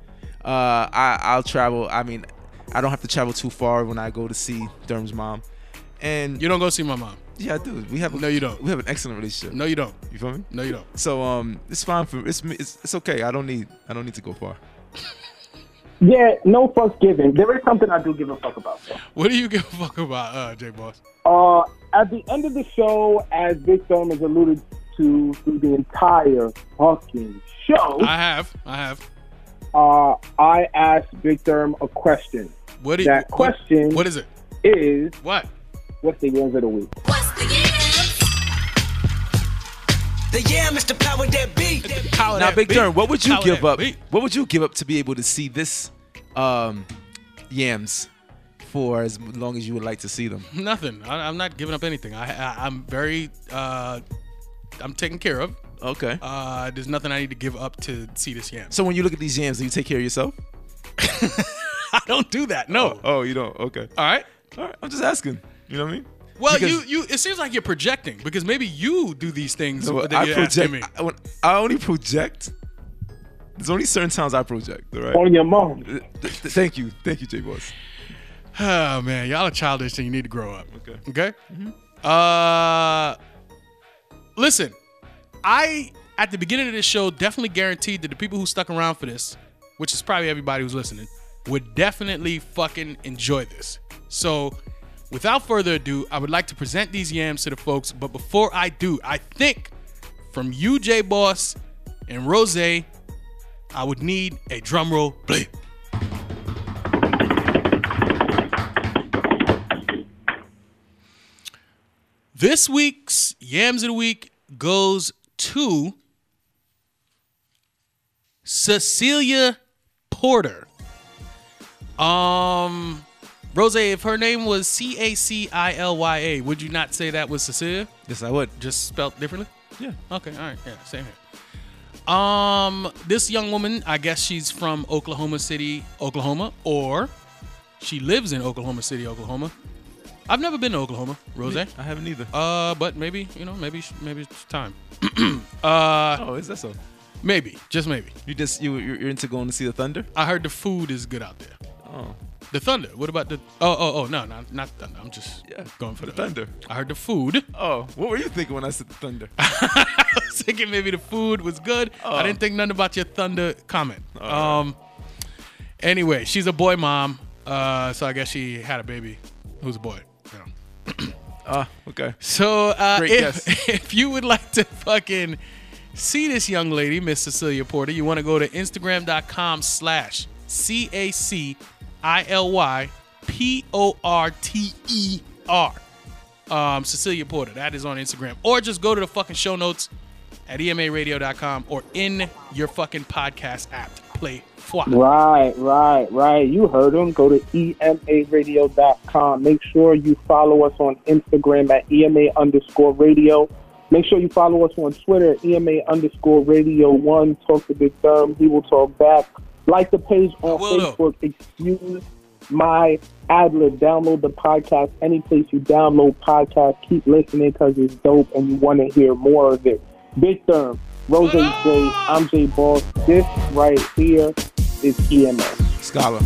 [SPEAKER 4] Uh, I I'll travel. I mean, I don't have to travel too far when I go to see Durham's mom. And
[SPEAKER 2] You don't go see my mom.
[SPEAKER 4] yeah, dude, we have a,
[SPEAKER 2] No, you don't.
[SPEAKER 4] we have an excellent relationship.
[SPEAKER 2] No, you don't.
[SPEAKER 4] you feel me?
[SPEAKER 2] No, you don't. (laughs)
[SPEAKER 4] So um, it's fine for it's it's, it's okay. I don't need I don't need to go far.
[SPEAKER 3] Yeah, no fucks given. There is something I do give a fuck about. though.
[SPEAKER 2] What do you give a fuck about, uh, J Boss?
[SPEAKER 3] Uh, at the end of the show, as Big Thumb has alluded to through the entire fucking show,
[SPEAKER 2] I have. I have.
[SPEAKER 3] uh, I asked Big Thumb a question.
[SPEAKER 2] What do you,
[SPEAKER 3] That
[SPEAKER 2] what-
[SPEAKER 3] question-
[SPEAKER 2] What is it?
[SPEAKER 3] Is
[SPEAKER 2] What?
[SPEAKER 3] what's the wins of the week?
[SPEAKER 8] What's the yams?
[SPEAKER 9] The yeah, Mr. Power that beat.
[SPEAKER 4] Now, Big Durham, what would you
[SPEAKER 2] Power
[SPEAKER 4] give
[SPEAKER 2] that
[SPEAKER 4] up?
[SPEAKER 2] beat.
[SPEAKER 4] What would you give up to be able to see this um, yams for as long as you would like to see them?
[SPEAKER 2] Nothing. I, I'm not giving up anything. I, I I'm very uh, I'm taken care of.
[SPEAKER 4] Okay.
[SPEAKER 2] Uh, there's nothing I need to give up to see this yam.
[SPEAKER 4] so when you look at these yams, do you take care of yourself?
[SPEAKER 2] (laughs) I don't do that. No.
[SPEAKER 4] Oh, you don't. Okay.
[SPEAKER 2] All right.
[SPEAKER 4] All right. I'm just asking. You know what I mean?
[SPEAKER 2] Well,
[SPEAKER 4] Because-
[SPEAKER 2] you you it seems like you're projecting because maybe you do these things
[SPEAKER 4] So
[SPEAKER 2] that
[SPEAKER 4] I
[SPEAKER 2] you're asking
[SPEAKER 4] project.
[SPEAKER 2] me.
[SPEAKER 4] I, when- I only project. There's only certain times I project. All right.
[SPEAKER 3] On your mom.
[SPEAKER 4] Th- th- thank you. Thank you, J Boss.
[SPEAKER 2] (sighs) Oh man, y'all are childish and you need to grow up.
[SPEAKER 4] Okay.
[SPEAKER 2] Okay. Uh, listen, I at the beginning of this show definitely guaranteed that the people who stuck around for this, which is probably everybody who's listening, would definitely fucking enjoy this. So, without further ado, I would like to present these yams to the folks. But before I do, I think from you, J Boss and Rose, I would need a drum roll, please. This week's Yams of the Week goes to Cecilia Porter. Um, Rose, if her name was C A C I L Y A, would you not say that was Cecilia?
[SPEAKER 4] Yes, I would.
[SPEAKER 2] Just spelt differently?
[SPEAKER 4] Yeah.
[SPEAKER 2] Okay, all right, yeah, same here. Um, this young woman, I guess she's from Oklahoma City, Oklahoma, or she lives in Oklahoma City, Oklahoma. I've never been to Oklahoma, Rose.
[SPEAKER 4] I haven't either.
[SPEAKER 2] Uh, but maybe you know, maybe maybe it's time. uh,
[SPEAKER 4] Oh, is that so?
[SPEAKER 2] maybe just maybe.
[SPEAKER 4] You just you you're you're into going to see the Thunder?
[SPEAKER 2] I heard the food is good out there.
[SPEAKER 4] Oh,
[SPEAKER 2] The Thunder. What about the? Oh oh oh no no not Thunder. I'm just going for the,
[SPEAKER 4] Thunder. Ah.
[SPEAKER 2] I heard the food. (laughs)
[SPEAKER 4] Oh, what were you thinking when I said the Thunder?
[SPEAKER 2] I was thinking maybe the food was good. I
[SPEAKER 4] Oh.
[SPEAKER 2] didn't think nothing about your thunder comment. Um. Anyway, she's a boy mom. Uh, so I guess she had a baby who's a boy. You know.
[SPEAKER 4] Ah, okay.
[SPEAKER 2] So uh,
[SPEAKER 4] Great
[SPEAKER 2] if, (laughs) if you would like to fucking see this young lady, Miss Cecilia Porter, you want to go to Instagram.com slash C A C I L Y P O R T E R. Um, Cecilia Porter, that is on Instagram. Or just go to the fucking show notes at E emaradio.com or in your fucking podcast app. Play Fwa.
[SPEAKER 3] Right, right, right. You heard him. Go to E emaradio.com. Make sure you follow us on Instagram at EMA underscore radio. Make sure you follow us on Twitter at EMA underscore radio one. Talk to Big Thumb. He will talk back. Like the page on
[SPEAKER 2] will, though.
[SPEAKER 3] Facebook. Excuse my ad lib. Download the podcast. Any place you download podcasts, keep listening because it's dope and you want to hear more of it. Big Thumb, Rose J. I'm J Boss. This right here is E EMA.
[SPEAKER 4] Scholar.